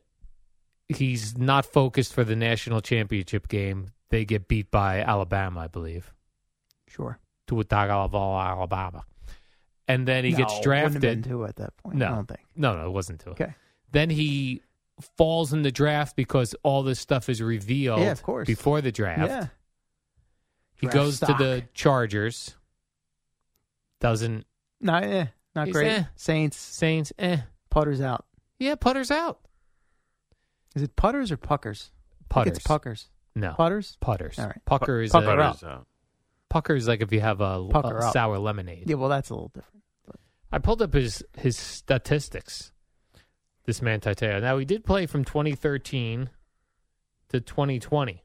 Speaker 2: he's not focused for the national championship game. They get beat by Alabama, I believe,
Speaker 7: Sure.
Speaker 2: to Tagovailoa, Alabama. And then he gets
Speaker 7: No, wouldn't have been
Speaker 2: drafted.
Speaker 7: two at that point.
Speaker 2: No,
Speaker 7: I don't think.
Speaker 2: No, no, it wasn't two.
Speaker 7: Okay.
Speaker 2: Then he falls in the draft because all this stuff is revealed.
Speaker 7: Yeah, of course.
Speaker 2: Before the draft,
Speaker 7: Yeah.
Speaker 2: he
Speaker 7: Draft
Speaker 2: goes
Speaker 7: stock.
Speaker 2: to the Chargers. Doesn't
Speaker 7: No, eh, not
Speaker 2: He's
Speaker 7: great.
Speaker 2: eh.
Speaker 7: Saints
Speaker 2: Saints? Eh.
Speaker 7: putters out.
Speaker 2: Yeah, putters out.
Speaker 7: Is it putters or puckers? I think
Speaker 2: Putters.
Speaker 7: it's puckers.
Speaker 2: No.
Speaker 7: Putters.
Speaker 2: Putters.
Speaker 7: All right.
Speaker 2: Pucker is
Speaker 7: Pucker
Speaker 2: a,
Speaker 7: up.
Speaker 2: Pucker is like if you have a,
Speaker 7: Pucker
Speaker 2: a
Speaker 7: up.
Speaker 2: sour lemonade.
Speaker 7: Yeah, well, that's a little different.
Speaker 2: I pulled up his his statistics. This man Tateo. Now he did play from 2013 to 2020,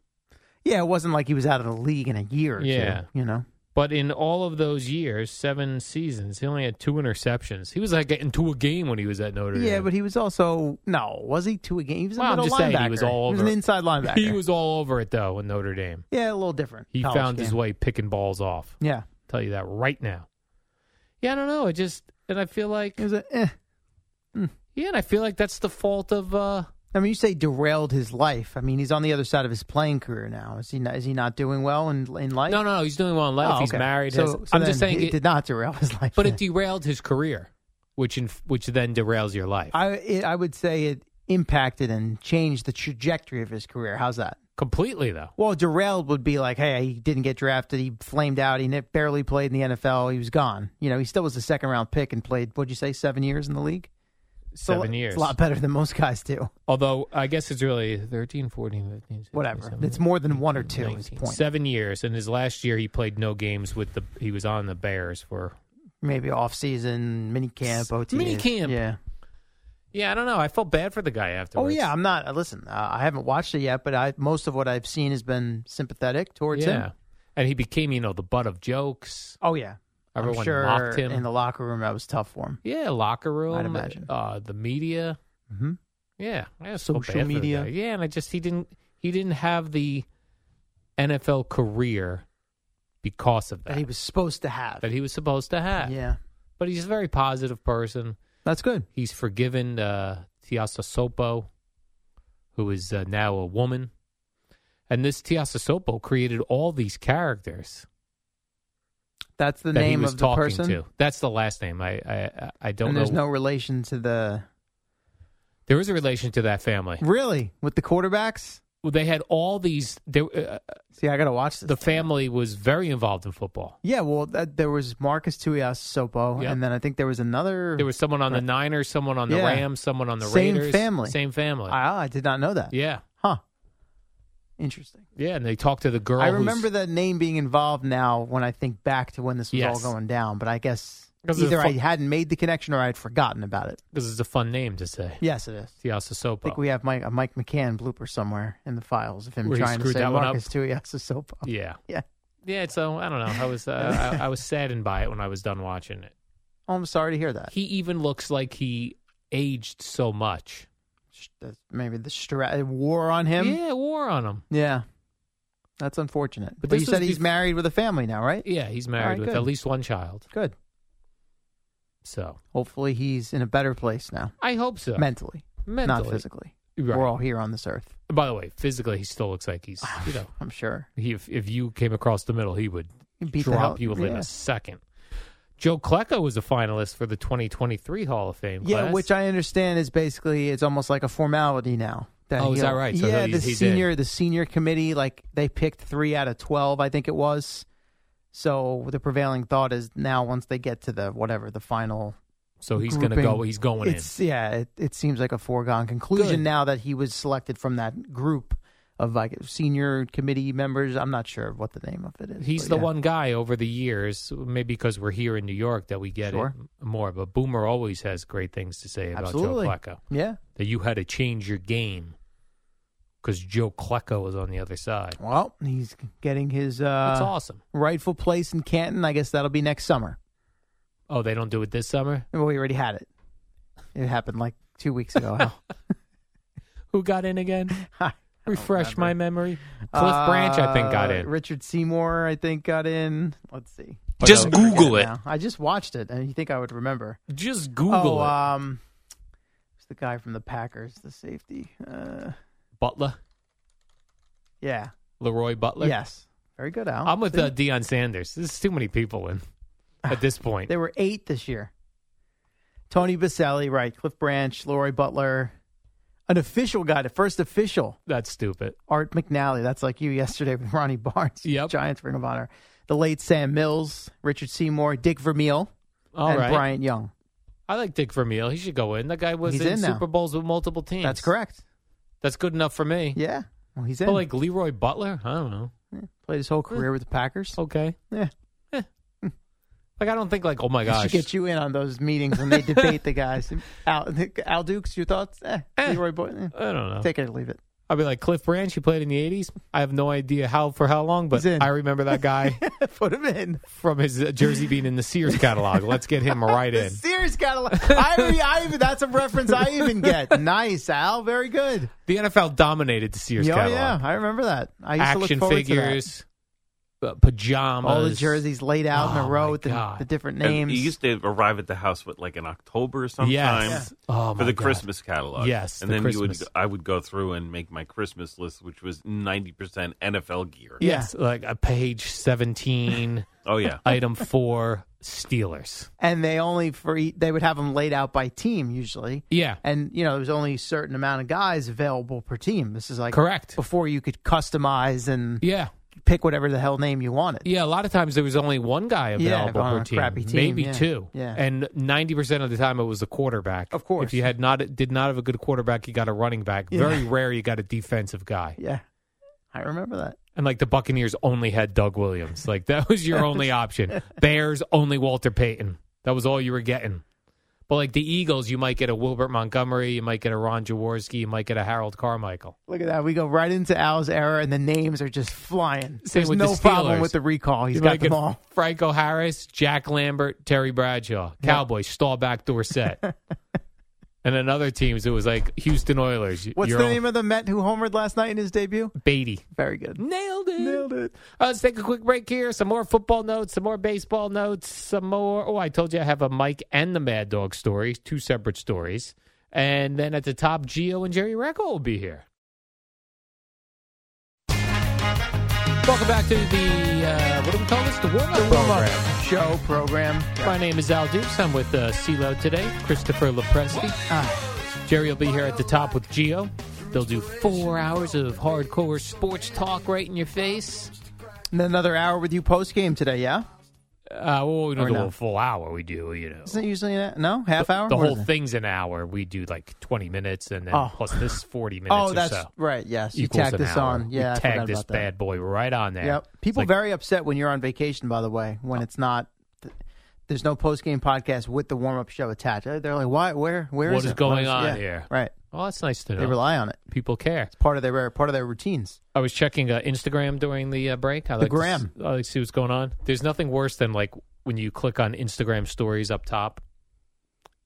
Speaker 7: Yeah, it wasn't like he was out of the league in a year. Or
Speaker 2: Yeah.
Speaker 7: two, you know.
Speaker 2: but in all of those years, seven seasons, he only had two interceptions. He was like getting to a game when he was at Notre
Speaker 7: Yeah,
Speaker 2: Dame.
Speaker 7: but he was also no, was he two a game? He was a
Speaker 2: Well, I'm
Speaker 7: middle
Speaker 2: just
Speaker 7: linebacker.
Speaker 2: saying he was all
Speaker 7: He
Speaker 2: over.
Speaker 7: was an inside linebacker.
Speaker 2: He was all over it though in Notre Dame.
Speaker 7: Yeah, a little different.
Speaker 2: He
Speaker 7: college
Speaker 2: found his
Speaker 7: game.
Speaker 2: way picking balls off.
Speaker 7: Yeah,
Speaker 2: tell you that right now. Yeah, I don't know. I just and I feel like
Speaker 7: it was a. Eh.
Speaker 2: yeah, and I feel like that's the fault of uh
Speaker 7: I mean, you say derailed his life. I mean, he's on the other side of his playing career now. Is he? Not, is he not doing well in in life?
Speaker 2: no, no, no. He's doing well in life.
Speaker 7: Oh,
Speaker 2: He's
Speaker 7: okay.
Speaker 2: married.
Speaker 7: So,
Speaker 2: has-
Speaker 7: so
Speaker 2: I'm just
Speaker 7: then
Speaker 2: saying
Speaker 7: it, did not derail his life.
Speaker 2: but
Speaker 7: yeah.
Speaker 2: it derailed his career, which in, which then derails your life
Speaker 7: I it, I would say it impacted and changed the trajectory of his career. How's that?
Speaker 2: completely, though.
Speaker 7: Well, derailed would be like, hey, he didn't get drafted. He flamed out. He ne- barely played in the NFL. He was gone. You know, he still was a second round pick and played. What'd you say? Seven years in the league. It's a lo-
Speaker 2: Seven years.
Speaker 7: It's a lot better than most guys do.
Speaker 2: Although I guess it's really 13, 14, 15, 16,
Speaker 7: Whatever.
Speaker 2: 17,
Speaker 7: It's more than one or two. is
Speaker 2: 19.
Speaker 7: point.
Speaker 2: Seven years, and his last year he played no games with the. He was on the Bears for.
Speaker 7: Maybe off season, mini camp, OTAs.
Speaker 2: minicamp.
Speaker 7: Yeah.
Speaker 2: Yeah, I don't know. I felt bad for the guy
Speaker 7: Oh
Speaker 2: afterwards.
Speaker 7: yeah, I'm not. uh, Listen, uh, I haven't watched it yet, but I most of what I've seen has been sympathetic towards
Speaker 2: yeah.
Speaker 7: him.
Speaker 2: And he became, you know, the butt of jokes.
Speaker 7: Oh yeah,
Speaker 2: Everyone
Speaker 7: I'm sure
Speaker 2: mocked him
Speaker 7: in the locker room. That was tough for him.
Speaker 2: Yeah, locker room.
Speaker 7: I'd imagine.
Speaker 2: Uh, the media.
Speaker 7: Mm-hmm.
Speaker 2: Yeah, I just felt
Speaker 7: Social
Speaker 2: bad for the
Speaker 7: media.
Speaker 2: guy. Yeah, and I just he didn't he didn't have the NFL career because of that
Speaker 7: That he was supposed to have.
Speaker 2: that he was supposed to have.
Speaker 7: Yeah,
Speaker 2: But he's a very positive person.
Speaker 7: that's good.
Speaker 2: He's forgiven uh, Tiasa Sopo, who is uh, now a woman. And this Tiasasopo created all these characters.
Speaker 7: That's the
Speaker 2: that he
Speaker 7: name
Speaker 2: was
Speaker 7: of the
Speaker 2: talking
Speaker 7: person.
Speaker 2: to. That's the last name. I I, I don't
Speaker 7: and
Speaker 2: know.
Speaker 7: there's no relation to the
Speaker 2: there was a relation to that family.
Speaker 7: really with the quarterbacks.
Speaker 2: Well, they had all these. They, uh,
Speaker 7: See, I gotta watch this.
Speaker 2: the family was very involved in football.
Speaker 7: Yeah, well, that, there was Marcus Tuiasopo,
Speaker 2: Yep.
Speaker 7: and then I think there was another.
Speaker 2: There was someone on the Niners, someone on the
Speaker 7: Yeah.
Speaker 2: Rams, someone on the
Speaker 7: Same
Speaker 2: Raiders.
Speaker 7: family.
Speaker 2: Same family.
Speaker 7: Ah, I did not know that.
Speaker 2: yeah,
Speaker 7: Huh. Interesting.
Speaker 2: yeah. And they talked to the girl.
Speaker 7: I
Speaker 2: who's-
Speaker 7: remember that name being involved now when I think back to when this was
Speaker 2: Yes.
Speaker 7: all going down, but I guess
Speaker 2: 'Cause it's
Speaker 7: either
Speaker 2: fu-
Speaker 7: I hadn't made the connection or I had forgotten about it.
Speaker 2: This is a fun name to say.
Speaker 7: Yes, it is. I
Speaker 2: Tiasasopo.
Speaker 7: think we have Mike, a Mike McCann blooper somewhere in the files of him
Speaker 2: Where he
Speaker 7: trying to
Speaker 2: screwed
Speaker 7: say
Speaker 2: that one up?
Speaker 7: Marcus Tuiasopo.
Speaker 2: yeah.
Speaker 7: Yeah.
Speaker 2: Yeah, so I don't know. I was uh, I, I was saddened by it when I was done watching it.
Speaker 7: Oh, I'm sorry to hear that.
Speaker 2: He even looks like he aged so much.
Speaker 7: That's maybe the stra- war on him.
Speaker 2: Yeah, it wore on him.
Speaker 7: Yeah. That's unfortunate. But,
Speaker 2: But
Speaker 7: you
Speaker 2: this
Speaker 7: said
Speaker 2: was
Speaker 7: he's
Speaker 2: bef-
Speaker 7: married with a family now, right?
Speaker 2: Yeah, he's married
Speaker 7: All right,
Speaker 2: with
Speaker 7: good.
Speaker 2: at least one child.
Speaker 7: Good.
Speaker 2: So
Speaker 7: Hopefully he's in a better place now,
Speaker 2: I hope so.
Speaker 7: mentally,
Speaker 2: Mentally.
Speaker 7: not physically.
Speaker 2: Right.
Speaker 7: We're all here on this earth,
Speaker 2: By the way, physically, he still looks like he's you know
Speaker 7: I'm sure.
Speaker 2: he if, if you came across the middle, he would
Speaker 7: He'd beat the
Speaker 2: drop
Speaker 7: hell-
Speaker 2: you in
Speaker 7: yeah.
Speaker 2: a second. Joe Klecko was a finalist for the 2023 Hall of Fame.
Speaker 7: Yeah,
Speaker 2: class.
Speaker 7: which I understand is basically it's almost like a formality now.
Speaker 2: Oh, is
Speaker 7: he'll-
Speaker 2: that right? So
Speaker 7: yeah,
Speaker 2: he-
Speaker 7: the
Speaker 2: he's in.
Speaker 7: senior the senior committee like they picked three out of twelve, I think it was. So the prevailing thought is now once they get to the whatever the final
Speaker 2: so he's going to
Speaker 7: grouping,
Speaker 2: go. He's going in.
Speaker 7: it's, Yeah, it, it seems like a foregone conclusion
Speaker 2: Good.
Speaker 7: now that he was selected from that group of like senior committee members. I'm not sure what the name of it is.
Speaker 2: He's
Speaker 7: but
Speaker 2: the
Speaker 7: yeah.
Speaker 2: one guy over the years, maybe because we're here in New York that we get
Speaker 7: Sure.
Speaker 2: it more. But Boomer always has great things to say about
Speaker 7: Absolutely.
Speaker 2: Joe Klecko.
Speaker 7: Yeah.
Speaker 2: That you had to change your game because Joe Klecko was on the other side.
Speaker 7: Well, he's getting his
Speaker 2: That's
Speaker 7: uh,
Speaker 2: awesome.
Speaker 7: rightful place in Canton. I guess that'll be next summer.
Speaker 2: Oh, they don't do it this summer.
Speaker 7: Well, we already had it. It happened like two weeks ago. Al.
Speaker 2: Who got in again?
Speaker 7: I
Speaker 2: Refresh my memory. Cliff Branch, I think, got
Speaker 7: Uh,
Speaker 2: in.
Speaker 7: Richard Seymour, I think, got in. Let's see.
Speaker 2: Just
Speaker 7: I forget
Speaker 2: Google it.
Speaker 7: now. I just watched it, and you think I would remember?
Speaker 2: Just Google
Speaker 7: oh,
Speaker 2: it.
Speaker 7: um, it's the guy from the Packers, the safety. Uh,
Speaker 2: Butler,
Speaker 7: yeah.
Speaker 2: Leroy Butler.
Speaker 7: yes. Very good, Al.
Speaker 2: I'm with
Speaker 7: See?
Speaker 2: uh, Deion Sanders. There's too many people in at this point.
Speaker 7: There were eight this year. Tony Baselli, right? Cliff Branch, Lori Butler, an official guy, the first official.
Speaker 2: That's stupid.
Speaker 7: Art McNally, that's like you yesterday with Ronnie Barnes,
Speaker 2: Yep.
Speaker 7: Giants Ring of Honor. The late Sam Mills, Richard Seymour, Dick Vermeil,
Speaker 2: All right.
Speaker 7: and Bryant Young.
Speaker 2: I like Dick Vermeil. He should go in. That guy was
Speaker 7: He's
Speaker 2: in,
Speaker 7: in now.
Speaker 2: Super Bowls with multiple teams.
Speaker 7: That's correct.
Speaker 2: That's good enough for me.
Speaker 7: Yeah. Well, he's in.
Speaker 2: But like Leroy Butler, I don't know.
Speaker 7: Played his whole career with the Packers.
Speaker 2: Okay.
Speaker 7: Yeah.
Speaker 2: Like I don't think like oh my
Speaker 7: I
Speaker 2: gosh.
Speaker 7: should get you in on those meetings when they debate the guys. Al, Al Dukes, your thoughts? Eh,
Speaker 2: Eh.
Speaker 7: Leroy Boy,
Speaker 2: I don't know.
Speaker 7: take it or leave it.
Speaker 2: I'd be like Cliff Branch. He played in the '80s. I have no idea how for how long, but
Speaker 7: He's in.
Speaker 2: I remember that guy
Speaker 7: Put him in.
Speaker 2: from his uh, jersey being in the Sears catalog. Let's get him right in.
Speaker 7: Sears got a lot. I, re- I even, that's a reference I even get. Nice, Al. Very good.
Speaker 2: The NFL dominated the Sears
Speaker 7: oh,
Speaker 2: catalog.
Speaker 7: yeah. I remember that. I used to
Speaker 2: Action
Speaker 7: look forward to
Speaker 2: figures, uh,
Speaker 7: that.
Speaker 2: pajamas,
Speaker 7: All the jerseys laid out in
Speaker 2: Oh,
Speaker 7: a row
Speaker 2: my
Speaker 7: with the,
Speaker 2: God.
Speaker 7: the different
Speaker 10: And
Speaker 7: names.
Speaker 10: He used to arrive at the house with like in October sometime
Speaker 2: Yes. Oh my
Speaker 10: for the
Speaker 2: God.
Speaker 10: Christmas catalog.
Speaker 2: Yes,
Speaker 10: and
Speaker 2: the
Speaker 10: then you
Speaker 2: Christmas.
Speaker 10: would I would go through and make my Christmas list, which was ninety percent NFL gear.
Speaker 2: Yes, like a page seventeen,
Speaker 10: Oh yeah,
Speaker 2: item four, Steelers.
Speaker 7: and they only for e- they would have them laid out by team usually.
Speaker 2: Yeah.
Speaker 7: And you know, there was only a certain amount of guys available per team. This is like
Speaker 2: Correct.
Speaker 7: before you could customize and
Speaker 2: Yeah.
Speaker 7: pick whatever the hell name you wanted.
Speaker 2: Yeah, a lot of times there was only one guy
Speaker 7: Yeah,
Speaker 2: available
Speaker 7: on
Speaker 2: per
Speaker 7: a
Speaker 2: team,
Speaker 7: crappy team,
Speaker 2: maybe
Speaker 7: yeah,
Speaker 2: two.
Speaker 7: yeah.
Speaker 2: And 90% of the time it was a quarterback.
Speaker 7: Of course.
Speaker 2: If you had not did not have a good quarterback, you got a running back.
Speaker 7: Yeah.
Speaker 2: Very rare you got a defensive guy.
Speaker 7: Yeah. I remember that.
Speaker 2: And like the Buccaneers only had Doug Williams. Like that was your only option. Bears only Walter Payton. That was all you were getting. But like the Eagles, you might get a Wilbert Montgomery, you might get a Ron Jaworski, you might get a Harold Carmichael.
Speaker 7: Look at that. We go right into Al's era and the names are just flying.
Speaker 2: Same
Speaker 7: There's
Speaker 2: with
Speaker 7: no
Speaker 2: the
Speaker 7: problem
Speaker 2: Steelers.
Speaker 7: with the recall. He's
Speaker 2: You
Speaker 7: got
Speaker 2: might
Speaker 7: them
Speaker 2: get
Speaker 7: all.
Speaker 2: Franco Harris, Jack Lambert, Terry Bradshaw, Cowboys, Stallback, Dorsett. and another teams, it was like Houston Oilers.
Speaker 7: What's
Speaker 2: your
Speaker 7: the
Speaker 2: own-
Speaker 7: name of the Met who homered last night in his debut?
Speaker 2: Beatty.
Speaker 7: Very good.
Speaker 2: Nailed it.
Speaker 7: Nailed it.
Speaker 2: Uh, let's take a quick break here. Some more football notes, some more baseball notes, some more. Oh, I told you I have a Mike and the Mad Dog stories, two separate stories. And then at the top, Geo and Jerry Recco will be here. Welcome back to the, uh, what do we call this? The warm-up program.
Speaker 7: Show program.
Speaker 2: My name is Al Dukes. I'm with uh, CeeLo today, Christopher Lepresti. Jerry will be here at the top with Geo. They'll do four hours of hardcore sports talk right in your face.
Speaker 7: And then another hour with you post game today, yeah?
Speaker 2: Uh, well, we don't
Speaker 7: Or
Speaker 2: do
Speaker 7: no.
Speaker 2: a full hour. We do, you know.
Speaker 7: Isn't it usually that? No? Half hour?
Speaker 2: The
Speaker 7: What
Speaker 2: whole
Speaker 7: is it?
Speaker 2: thing's an hour. We do like 20 minutes and then
Speaker 7: Oh.
Speaker 2: plus this 40 minutes
Speaker 7: Oh,
Speaker 2: or
Speaker 7: that's
Speaker 2: so.
Speaker 7: right, yes. You
Speaker 2: Equals
Speaker 7: tagged
Speaker 2: an
Speaker 7: this
Speaker 2: hour.
Speaker 7: on. Yeah, I
Speaker 2: We
Speaker 7: forgot
Speaker 2: tagged this
Speaker 7: about that.
Speaker 2: bad boy right on there.
Speaker 7: Yep. People very upset when you're on vacation, by the way, when it's not. th- There's no post game podcast with the warm up show attached. Uh, They're like, why? Where? Where
Speaker 2: What
Speaker 7: is
Speaker 2: is
Speaker 7: it?
Speaker 2: going
Speaker 7: Yeah,
Speaker 2: on here?
Speaker 7: Right.
Speaker 2: Well, "Oh, that's nice to know.
Speaker 7: They rely on it.
Speaker 2: People care. It's
Speaker 7: part of their part of their routines.
Speaker 2: I was checking uh, Instagram during the uh, break. I
Speaker 7: The
Speaker 2: like to
Speaker 7: gram.
Speaker 2: s- I like to see what's going on. There's nothing worse than like when you click on Instagram stories up top,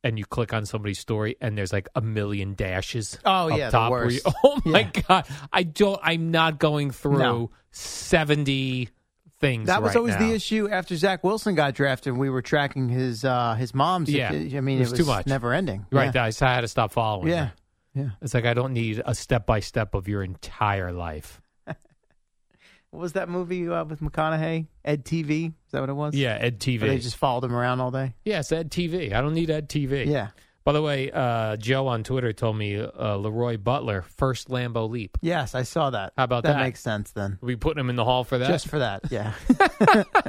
Speaker 2: and you click on somebody's story, and there's like a million dashes.
Speaker 7: Oh,
Speaker 2: up
Speaker 7: yeah, the
Speaker 2: top where you-
Speaker 7: worst.
Speaker 2: oh my god, I don't. I'm not going through
Speaker 7: No.
Speaker 2: seventy things.
Speaker 7: That was
Speaker 2: right
Speaker 7: always
Speaker 2: now.
Speaker 7: the issue after Zach Wilson got drafted. We were tracking his uh, his mom's.
Speaker 2: Yeah,
Speaker 7: I mean,
Speaker 2: it was too much.
Speaker 7: never ending.
Speaker 2: Right. I s- I had to stop following.
Speaker 7: Yeah.
Speaker 2: her. It's like I don't need a step by step of your entire life.
Speaker 7: What was that movie uh, with McConaughey? Ed TV. Is that what it was?
Speaker 2: Yeah, Ed TV.
Speaker 7: Where they just followed him around all day.
Speaker 2: Yes, Ed TV. I don't need Ed TV.
Speaker 7: Yeah.
Speaker 2: By the way, uh, Joe on Twitter told me uh, Leroy Butler first Lambo leap.
Speaker 7: Yes, I saw that.
Speaker 2: How about
Speaker 7: that?
Speaker 2: that?
Speaker 7: makes sense then.
Speaker 2: We putting him in the hall for that.
Speaker 7: Just for that. Yeah.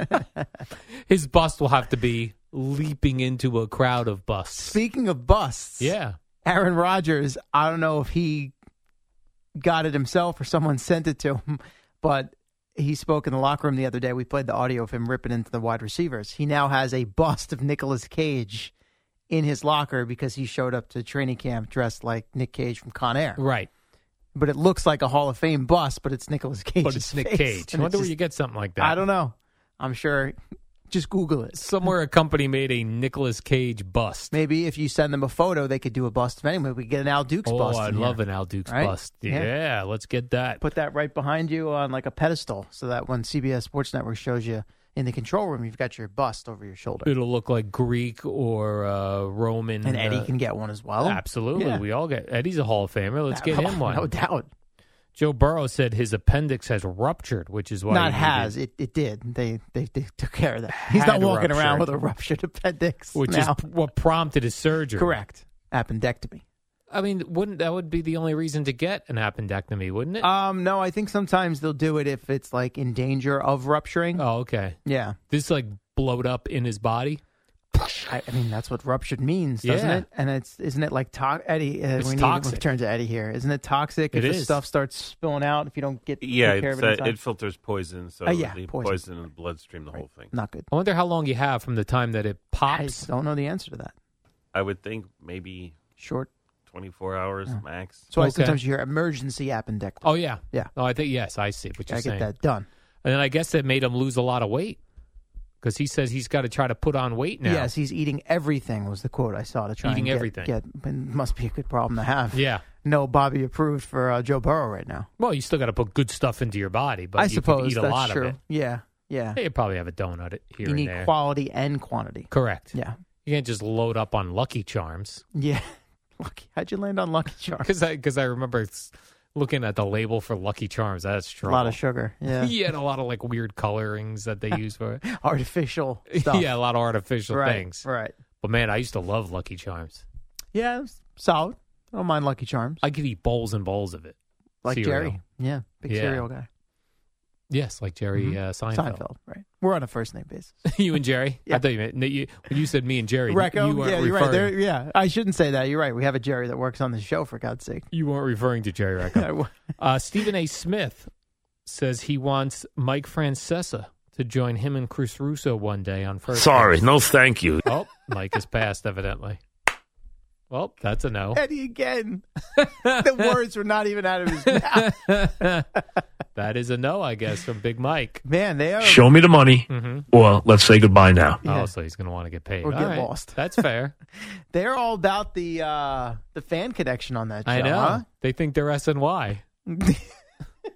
Speaker 2: His bust will have to be leaping into a crowd of busts.
Speaker 7: Speaking of busts,
Speaker 2: Yeah.
Speaker 7: Aaron Rodgers, I don't know if he got it himself or someone sent it to him, but he spoke in the locker room the other day. We played the audio of him ripping into the wide receivers. He now has a bust of Nicolas Cage in his locker because he showed up to training camp dressed like Nick Cage from Con Air.
Speaker 2: Right.
Speaker 7: But it looks like a Hall of Fame bust, but it's Nicolas Cage.
Speaker 2: But it's Nick Cage. I wonder where you get something like that.
Speaker 7: I don't know. I'm sure. Just Google it.
Speaker 2: Somewhere a company made a Nicolas Cage bust.
Speaker 7: Maybe if you send them a photo, they could do a bust of anyone. We could get an Al Dukes
Speaker 2: oh,
Speaker 7: bust.
Speaker 2: I
Speaker 7: in
Speaker 2: love
Speaker 7: here.
Speaker 2: an Al Dukes
Speaker 7: Right?
Speaker 2: bust. Yeah, let's get that.
Speaker 7: Put that right behind you on like a pedestal so that when CBS Sports Network shows you in the control room, you've got your bust over your shoulder.
Speaker 2: It'll look like Greek or uh, Roman.
Speaker 7: And Eddie
Speaker 2: uh,
Speaker 7: can get one as well.
Speaker 2: Absolutely.
Speaker 7: Yeah.
Speaker 2: We all get Eddie's a Hall of Famer. Let's get him one.
Speaker 7: No doubt.
Speaker 2: Joe Burrow said his appendix has ruptured, which is why
Speaker 7: not
Speaker 2: he
Speaker 7: has.
Speaker 2: needed-
Speaker 7: It, it did. They, they they took care of that. He's not
Speaker 2: Had
Speaker 7: walking around with
Speaker 2: ruptured.
Speaker 7: a ruptured appendix.
Speaker 2: which
Speaker 7: now.
Speaker 2: is what prompted his surgery.
Speaker 7: correct. Appendectomy.
Speaker 2: I mean, wouldn't that would be the only reason to get an appendectomy, wouldn't it?
Speaker 7: Um, no, I think sometimes they'll do it if it's like in danger of rupturing.
Speaker 2: oh, okay.
Speaker 7: Yeah.
Speaker 2: This like blowed up in his body.
Speaker 7: I, I mean, that's what ruptured means, doesn't
Speaker 2: Yeah.
Speaker 7: it? And it's isn't it like to- Eddie? Uh,
Speaker 2: It's
Speaker 7: we Need,
Speaker 2: toxic.
Speaker 7: we turn to Eddie here. Isn't it toxic
Speaker 10: It
Speaker 7: if the
Speaker 10: is.
Speaker 7: stuff starts spilling out? If you don't get take
Speaker 10: Yeah,
Speaker 7: care
Speaker 10: it's,
Speaker 7: of it, in
Speaker 10: uh,
Speaker 7: time?
Speaker 10: it filters poison, so
Speaker 7: Uh, yeah,
Speaker 10: the
Speaker 7: poison.
Speaker 10: poison. in the bloodstream, the whole thing.
Speaker 7: not good.
Speaker 2: I wonder how long you have from the time that it
Speaker 7: I
Speaker 2: pops.
Speaker 7: don't know the answer to that.
Speaker 10: I would think maybe
Speaker 7: Short.
Speaker 10: 24 hours
Speaker 7: Yeah.
Speaker 10: max.
Speaker 7: So I
Speaker 2: Okay.
Speaker 7: sometimes you hear emergency appendectomy.
Speaker 2: Oh yeah,
Speaker 7: Yeah.
Speaker 2: Oh, I think yes, I see what you're
Speaker 7: Gotta
Speaker 2: saying.
Speaker 7: get that done.
Speaker 2: And then I guess that made him lose a lot of weight because he says he's got to try to put on weight now.
Speaker 7: Yes, he's eating everything was the quote I saw to try
Speaker 2: Eating
Speaker 7: and get,
Speaker 2: everything.
Speaker 7: Get, it must be a good problem to have.
Speaker 2: Yeah.
Speaker 7: No, Bobby approved for uh, Joe Burrow right now.
Speaker 2: Well, you still got to put good stuff into your body, but
Speaker 7: I
Speaker 2: you can
Speaker 7: suppose
Speaker 2: eat a
Speaker 7: that's
Speaker 2: lot
Speaker 7: true.
Speaker 2: of it.
Speaker 7: Yeah, yeah.
Speaker 2: You probably have a donut here
Speaker 7: you
Speaker 2: and
Speaker 7: need
Speaker 2: there.
Speaker 7: quality and quantity.
Speaker 2: Correct.
Speaker 7: Yeah,
Speaker 2: You can't just load up on Lucky Charms
Speaker 7: yeah. Lucky. How'd you land on Lucky Charms?
Speaker 2: because I because I remember s- looking at the label for Lucky Charms. That's
Speaker 7: A
Speaker 2: true.
Speaker 7: lot of sugar. Yeah.
Speaker 2: yeah, and a lot of like weird colorings that they use for it.
Speaker 7: Artificial stuff.
Speaker 2: yeah, a lot of artificial
Speaker 7: right,
Speaker 2: things.
Speaker 7: Right.
Speaker 2: But man, I used to love Lucky Charms.
Speaker 7: Yeah, it was solid. I don't mind Lucky Charms.
Speaker 2: I could eat bowls and bowls of it.
Speaker 7: Like
Speaker 2: Cereal.
Speaker 7: Jerry. Yeah. Big
Speaker 2: Yeah.
Speaker 7: cereal guy.
Speaker 2: Yes, like Jerry
Speaker 7: Mhm.
Speaker 2: uh, Seinfeld.
Speaker 7: right. We're on a first name basis.
Speaker 2: you and Jerry.
Speaker 7: Yeah.
Speaker 2: I thought you meant no, you, when you said me and Jerry.
Speaker 7: Recco?
Speaker 2: You weren't
Speaker 7: yeah, you're
Speaker 2: referring.
Speaker 7: right. There, yeah. I shouldn't say that. You're right. We have a Jerry that works on the show, for God's sake.
Speaker 2: You weren't referring to Jerry Recco. Uh, Stephen A. Smith says he wants Mike Francesa to join him and Chris Russo one day on first. Base.
Speaker 11: no thank you.
Speaker 2: Oh, Mike has passed, evidently. Well, that's a no.
Speaker 7: Eddie again. the words were not even out of his mouth.
Speaker 2: That is a no, I guess, from Big Mike.
Speaker 7: Man, they are.
Speaker 11: Show me the money,
Speaker 2: Mhm.
Speaker 7: Mm-hmm.
Speaker 11: or let's say goodbye now.
Speaker 2: Oh, so he's going to want to get paid.
Speaker 7: Or
Speaker 2: All
Speaker 7: get
Speaker 2: right.
Speaker 7: lost.
Speaker 2: That's fair.
Speaker 7: They're all about the uh, the fan connection on that show.
Speaker 2: I know.
Speaker 7: Huh?
Speaker 2: They think they're SNY.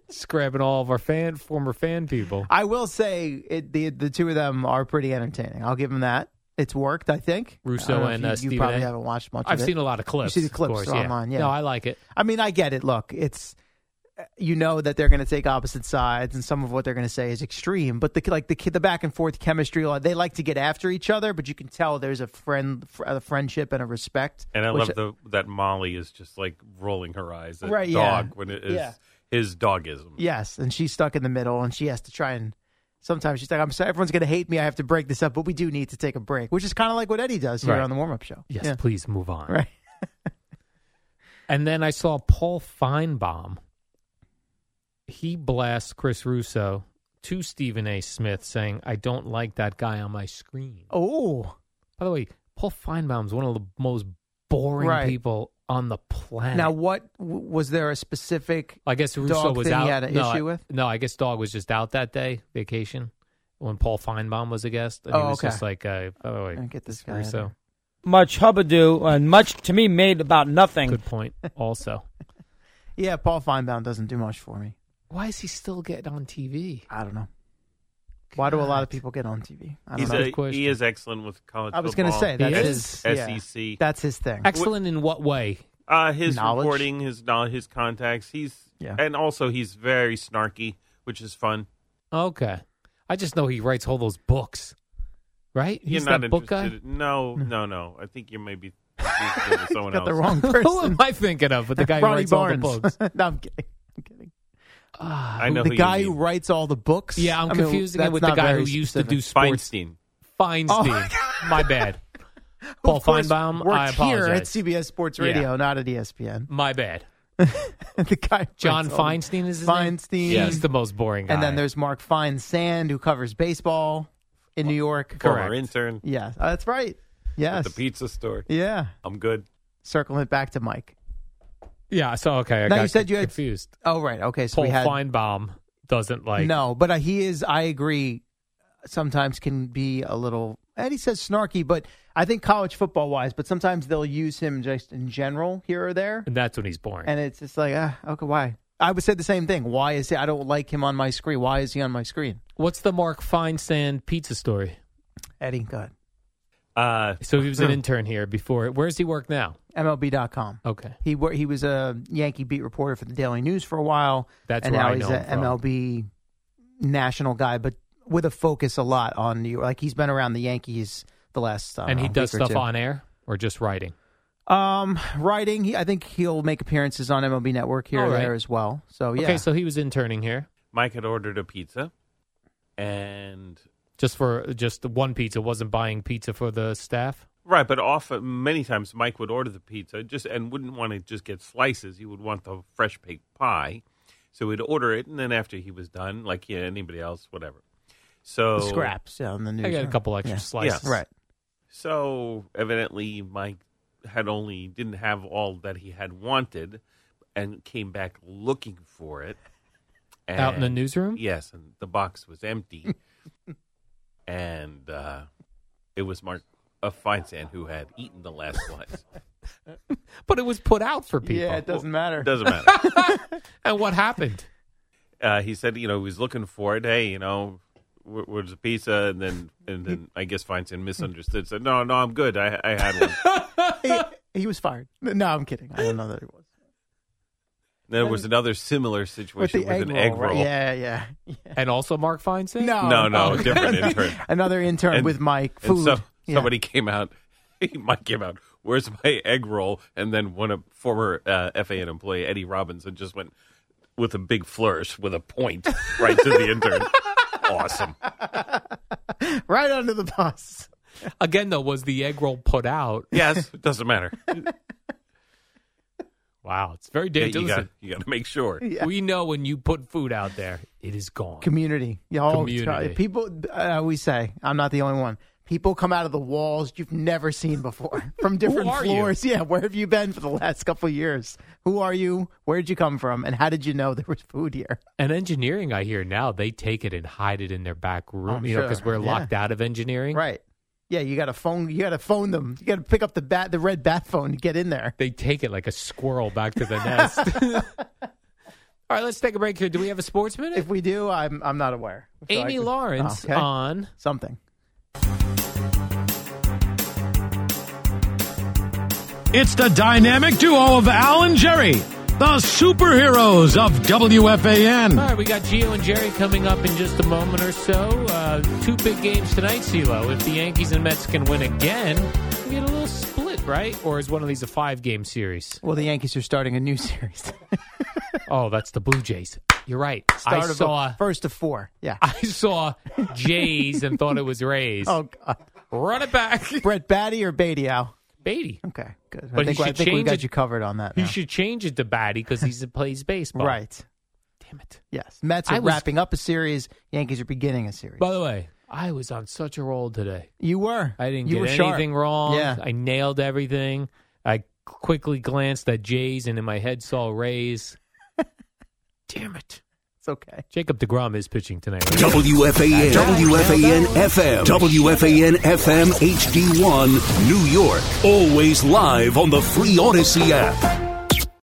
Speaker 2: Just grabbing all of our fan, former fan people.
Speaker 7: I will say it, the the two of them are pretty entertaining. I'll give them that. It's worked, I think. I
Speaker 2: Russo
Speaker 7: don't know if
Speaker 2: and
Speaker 7: you,
Speaker 2: uh,
Speaker 7: you
Speaker 2: Stephen
Speaker 7: probably
Speaker 2: A.
Speaker 7: haven't watched much.
Speaker 2: I've
Speaker 7: of it.
Speaker 2: seen a lot of clips.
Speaker 7: You see the
Speaker 2: of
Speaker 7: clips
Speaker 2: course,
Speaker 7: online. Yeah.
Speaker 2: No, I like it.
Speaker 7: I mean, I get it. Look, it's uh, you know that they're going to take opposite sides, and some of what they're going to say is extreme. But the like the the back and forth chemistry, like, they like to get after each other, but you can tell there's a friend, a friendship, and a respect.
Speaker 1: And I
Speaker 7: which-
Speaker 1: love the, that Molly is just like rolling her eyes at
Speaker 7: Right, yeah.
Speaker 1: dog when it is
Speaker 7: Yeah.
Speaker 1: his dogism.
Speaker 7: Yes, and she's stuck in the middle, and she has to try and. Sometimes she's like, "I'm sorry, everyone's going to hate me. I have to break this up, but we do need to take a break," which is kind of like what Eddie does here
Speaker 2: Right.
Speaker 7: on the warm-up show.
Speaker 2: Yes,
Speaker 7: Yeah.
Speaker 2: please move on.
Speaker 7: Right.
Speaker 2: and then I saw Paul Feinbaum. He blasts Chris Russo to Stephen A. Smith, saying, "I don't like that guy on my screen."
Speaker 7: Oh,
Speaker 2: by the way, Paul Feinbaum's one of the most boring
Speaker 7: Right.
Speaker 2: people on the planet.
Speaker 7: Now, what w- was there a specific?
Speaker 2: I guess Russo
Speaker 7: dog
Speaker 2: was
Speaker 7: thing
Speaker 2: out.
Speaker 7: He had an
Speaker 2: no,
Speaker 7: issue
Speaker 2: I,
Speaker 7: with.
Speaker 2: No, I guess Dog was just out that day, vacation, when Paul Feinbaum was a guest. And he
Speaker 7: Oh,
Speaker 2: was
Speaker 7: okay.
Speaker 2: just like, uh, oh, wait,
Speaker 7: get this guy out of
Speaker 2: Russo.
Speaker 5: Much hubbadoo and much to me made about nothing. Good
Speaker 2: point. Also,
Speaker 7: Yeah, Paul Feinbaum doesn't do much for me.
Speaker 2: Why is he still getting on TV?
Speaker 7: I don't know. Why do a lot of people get on TV? I don't
Speaker 1: He's
Speaker 7: know.
Speaker 1: a, he is excellent with college
Speaker 7: I was
Speaker 1: going
Speaker 7: gonna say,
Speaker 1: to
Speaker 7: that's his- yeah.
Speaker 1: SEC.
Speaker 7: That's his thing.
Speaker 2: Excellent in what way?
Speaker 1: E Uh, his
Speaker 2: Knowledge?
Speaker 1: reporting, his knowledge, his contacts. He's
Speaker 2: Yeah.
Speaker 1: and also he's very snarky, which is fun.
Speaker 2: Okay. I just know he writes all those books, right?
Speaker 1: You're
Speaker 2: He's
Speaker 1: not
Speaker 2: that book guy?
Speaker 1: interested. No, no, no. I think you may be confused with someone
Speaker 2: got
Speaker 1: else.
Speaker 2: the wrong
Speaker 1: Who
Speaker 2: person. am I thinking of? But the guy who
Speaker 7: Ronnie
Speaker 2: writes
Speaker 7: Barnes.
Speaker 2: all the books.
Speaker 7: no, I'm kidding.
Speaker 1: I know
Speaker 7: the
Speaker 1: who you
Speaker 7: guy who
Speaker 1: mean.
Speaker 7: writes all the books.
Speaker 2: Yeah, I'm
Speaker 7: I mean,
Speaker 2: confusing
Speaker 7: that's
Speaker 2: it with the
Speaker 7: not
Speaker 2: guy who
Speaker 7: very
Speaker 2: used to
Speaker 7: specific.
Speaker 2: do sports.
Speaker 1: Feinstein.
Speaker 7: Oh
Speaker 2: Feinstein. my bad. Paul
Speaker 7: course,
Speaker 2: Feinbaum, I
Speaker 7: worked here at
Speaker 2: apologize.
Speaker 7: CBS Sports
Speaker 2: Yeah.
Speaker 7: Radio, not at E ESPN.
Speaker 2: my bad.
Speaker 7: the guy
Speaker 2: John
Speaker 7: writes all the-
Speaker 2: Feinstein is his
Speaker 7: Feinstein.
Speaker 2: Name? Yeah, he's the most boring guy.
Speaker 7: And then there's Mark Feinsand who covers baseball in New York.
Speaker 1: Former intern.
Speaker 7: Yeah, uh, that's right.
Speaker 1: At
Speaker 7: Yes.
Speaker 1: the pizza store.
Speaker 7: Yeah.
Speaker 1: I'm good.
Speaker 7: Circling it back to Mike.
Speaker 2: yeah, so okay. I
Speaker 7: No,
Speaker 2: got
Speaker 7: you said you had-
Speaker 2: confused.
Speaker 7: Oh, right. Okay. So
Speaker 2: Paul
Speaker 7: we had
Speaker 2: Feinbaum doesn't like.
Speaker 7: no, but uh, he is. I agree. Sometimes can be a little. And he says snarky, but I think college football wise, but sometimes they'll use him just in general here or there,
Speaker 2: and that's when he's boring.
Speaker 7: and it's just like, ah, okay, why? I would say the same thing. Why is he? I don't like him on my screen. Why is he on my screen?
Speaker 2: What's the Mark Feinstein pizza story?
Speaker 7: Eddie, go ahead.
Speaker 1: Uh,
Speaker 2: so he was
Speaker 7: Hmm.
Speaker 2: an intern here before. Where does he work now?
Speaker 7: MLB.com.
Speaker 2: Okay.
Speaker 7: He wor- he was a Yankee beat reporter for the Daily News for a while.
Speaker 2: That's
Speaker 7: and
Speaker 2: where
Speaker 7: now
Speaker 2: I
Speaker 7: he's
Speaker 2: know
Speaker 7: a
Speaker 2: him from.
Speaker 7: MLB national guy, but with a focus a lot on New York. Like he's been around the Yankees the last I don't
Speaker 2: and he
Speaker 7: know,
Speaker 2: does
Speaker 7: week or
Speaker 2: stuff
Speaker 7: two.
Speaker 2: on air or just writing?
Speaker 7: Um, writing. He, I think he'll make appearances on MLB Network here
Speaker 2: All
Speaker 7: or
Speaker 2: right.
Speaker 7: there as well. So Oh, yeah,
Speaker 2: Okay, so he was interning here
Speaker 1: Mike had ordered a pizza, and
Speaker 2: just for just the one pizza. Wasn't buying pizza for the staff.
Speaker 1: Right, but often, many times, Mike would order the pizza just and wouldn't want to just get slices. He would want the fresh baked pie, so he'd order it, and then after he was done, like yeah, anybody else, whatever. So
Speaker 7: The scraps yeah, on the news.
Speaker 2: I got a couple extra
Speaker 7: Yeah.
Speaker 2: slices.
Speaker 7: Yeah. Right.
Speaker 1: So evidently, Mike had only didn't have all that he had wanted, and came back looking for it
Speaker 2: Out in the newsroom?
Speaker 1: Yes, and the box was empty, and uh, it was Mark uh, Feinstein who had eaten the last slice.
Speaker 2: But it was put out for people.
Speaker 7: Yeah, it doesn't matter.
Speaker 1: Doesn't matter.
Speaker 2: and what happened?
Speaker 1: uh, he said, you know, he was looking for it. Hey, you know, where, where's the pizza? And then, and then I guess Feinstein misunderstood. Said, no, no, I'm good. I, I had one.
Speaker 7: he, he was fired. No, I'm kidding. I don't know that he was.
Speaker 1: there was another similar situation with, an egg roll.
Speaker 7: right? Yeah, yeah.
Speaker 2: And also Mark Uh, Feinstein?
Speaker 7: No,
Speaker 1: No, no, different intern.
Speaker 7: Another intern
Speaker 1: And-
Speaker 7: Um, with Mike.
Speaker 1: And
Speaker 7: Food.
Speaker 1: so,
Speaker 7: Yeah.
Speaker 1: somebody came out. Mike came out. Where's my egg roll? And then one of former uh, FAN employee Eddie Robinson just went with a big flourish with a point right to the intern. awesome.
Speaker 7: right under the bus.
Speaker 2: Again, though, was the egg roll put out?
Speaker 1: Yes, it doesn't matter.
Speaker 2: Wow, it's very
Speaker 1: Yeah, you
Speaker 2: dangerous.
Speaker 1: gotta- you got to make sure.
Speaker 2: We know when you put food out there, it is gone.
Speaker 7: Community. You all
Speaker 2: Community.
Speaker 7: people, I always say, I'm not the only one. People come out of the walls you've never seen before from different
Speaker 2: are you?
Speaker 7: floors. Yeah, where have you been for the last couple of years? Who are you? Where'd you come from? And how did you know there was food here?
Speaker 2: And engineering, I hear now, they take it and hide it in their back room,
Speaker 7: I'm
Speaker 2: you know, because
Speaker 7: sure,
Speaker 2: we're
Speaker 7: yeah.
Speaker 2: locked out of engineering.
Speaker 7: Right. Yeah, you got to phone. You got to phone them. You got to pick up the bat, the red bat phone to get in there.
Speaker 2: They take it like a squirrel back to the nest. All right, let's take a break here. Do we have a sports minute?
Speaker 7: If we do, I'm I'm not aware. So I
Speaker 2: Amy
Speaker 7: could-
Speaker 2: Lawrence um,
Speaker 7: Oh, okay.
Speaker 2: on
Speaker 7: something.
Speaker 12: It's the dynamic duo of Al and Jerry,
Speaker 13: the superheroes of WFAN.
Speaker 2: All right, we got Gio and Jerry coming up in just a moment or so. Uh, two big games tonight, CeeLo. If the Yankees and Mets can win again, we get a little split, right? Or is one of these a five game series?
Speaker 7: Well, the Yankees are starting a new series.
Speaker 2: oh, that's the Blue Jays. You're right.
Speaker 7: Start
Speaker 2: I
Speaker 7: of
Speaker 2: saw
Speaker 7: the first of four. Yeah.
Speaker 2: I saw Jays and thought it was Rays.
Speaker 7: Oh God.
Speaker 2: Run it back.
Speaker 7: Brett Batty or Beatty Al?
Speaker 2: Beatty.
Speaker 7: Okay, good.
Speaker 2: But
Speaker 7: I
Speaker 2: he
Speaker 7: think, I
Speaker 2: should
Speaker 7: think we
Speaker 2: change
Speaker 7: got
Speaker 2: it-
Speaker 7: you covered on that.
Speaker 2: He
Speaker 7: now.
Speaker 2: should change it to Batty because he plays baseball.
Speaker 7: Right.
Speaker 2: Damn it.
Speaker 7: Yes. Mets
Speaker 2: I
Speaker 7: are
Speaker 2: was-
Speaker 7: wrapping up a series. Yankees are beginning a series.
Speaker 2: By the way, I was on such a roll today.
Speaker 7: You were.
Speaker 2: I didn't
Speaker 7: You were
Speaker 2: get
Speaker 7: sharp.
Speaker 2: anything wrong.
Speaker 7: Yeah.
Speaker 2: I nailed everything. I quickly glanced at Jays and in my head saw Rays. Damn it.
Speaker 7: It's okay.
Speaker 2: Jacob DeGrom is pitching tonight.
Speaker 5: WFAN, WFAN FM, WFAN FM HD1, New York. Always live on the free Odyssey app.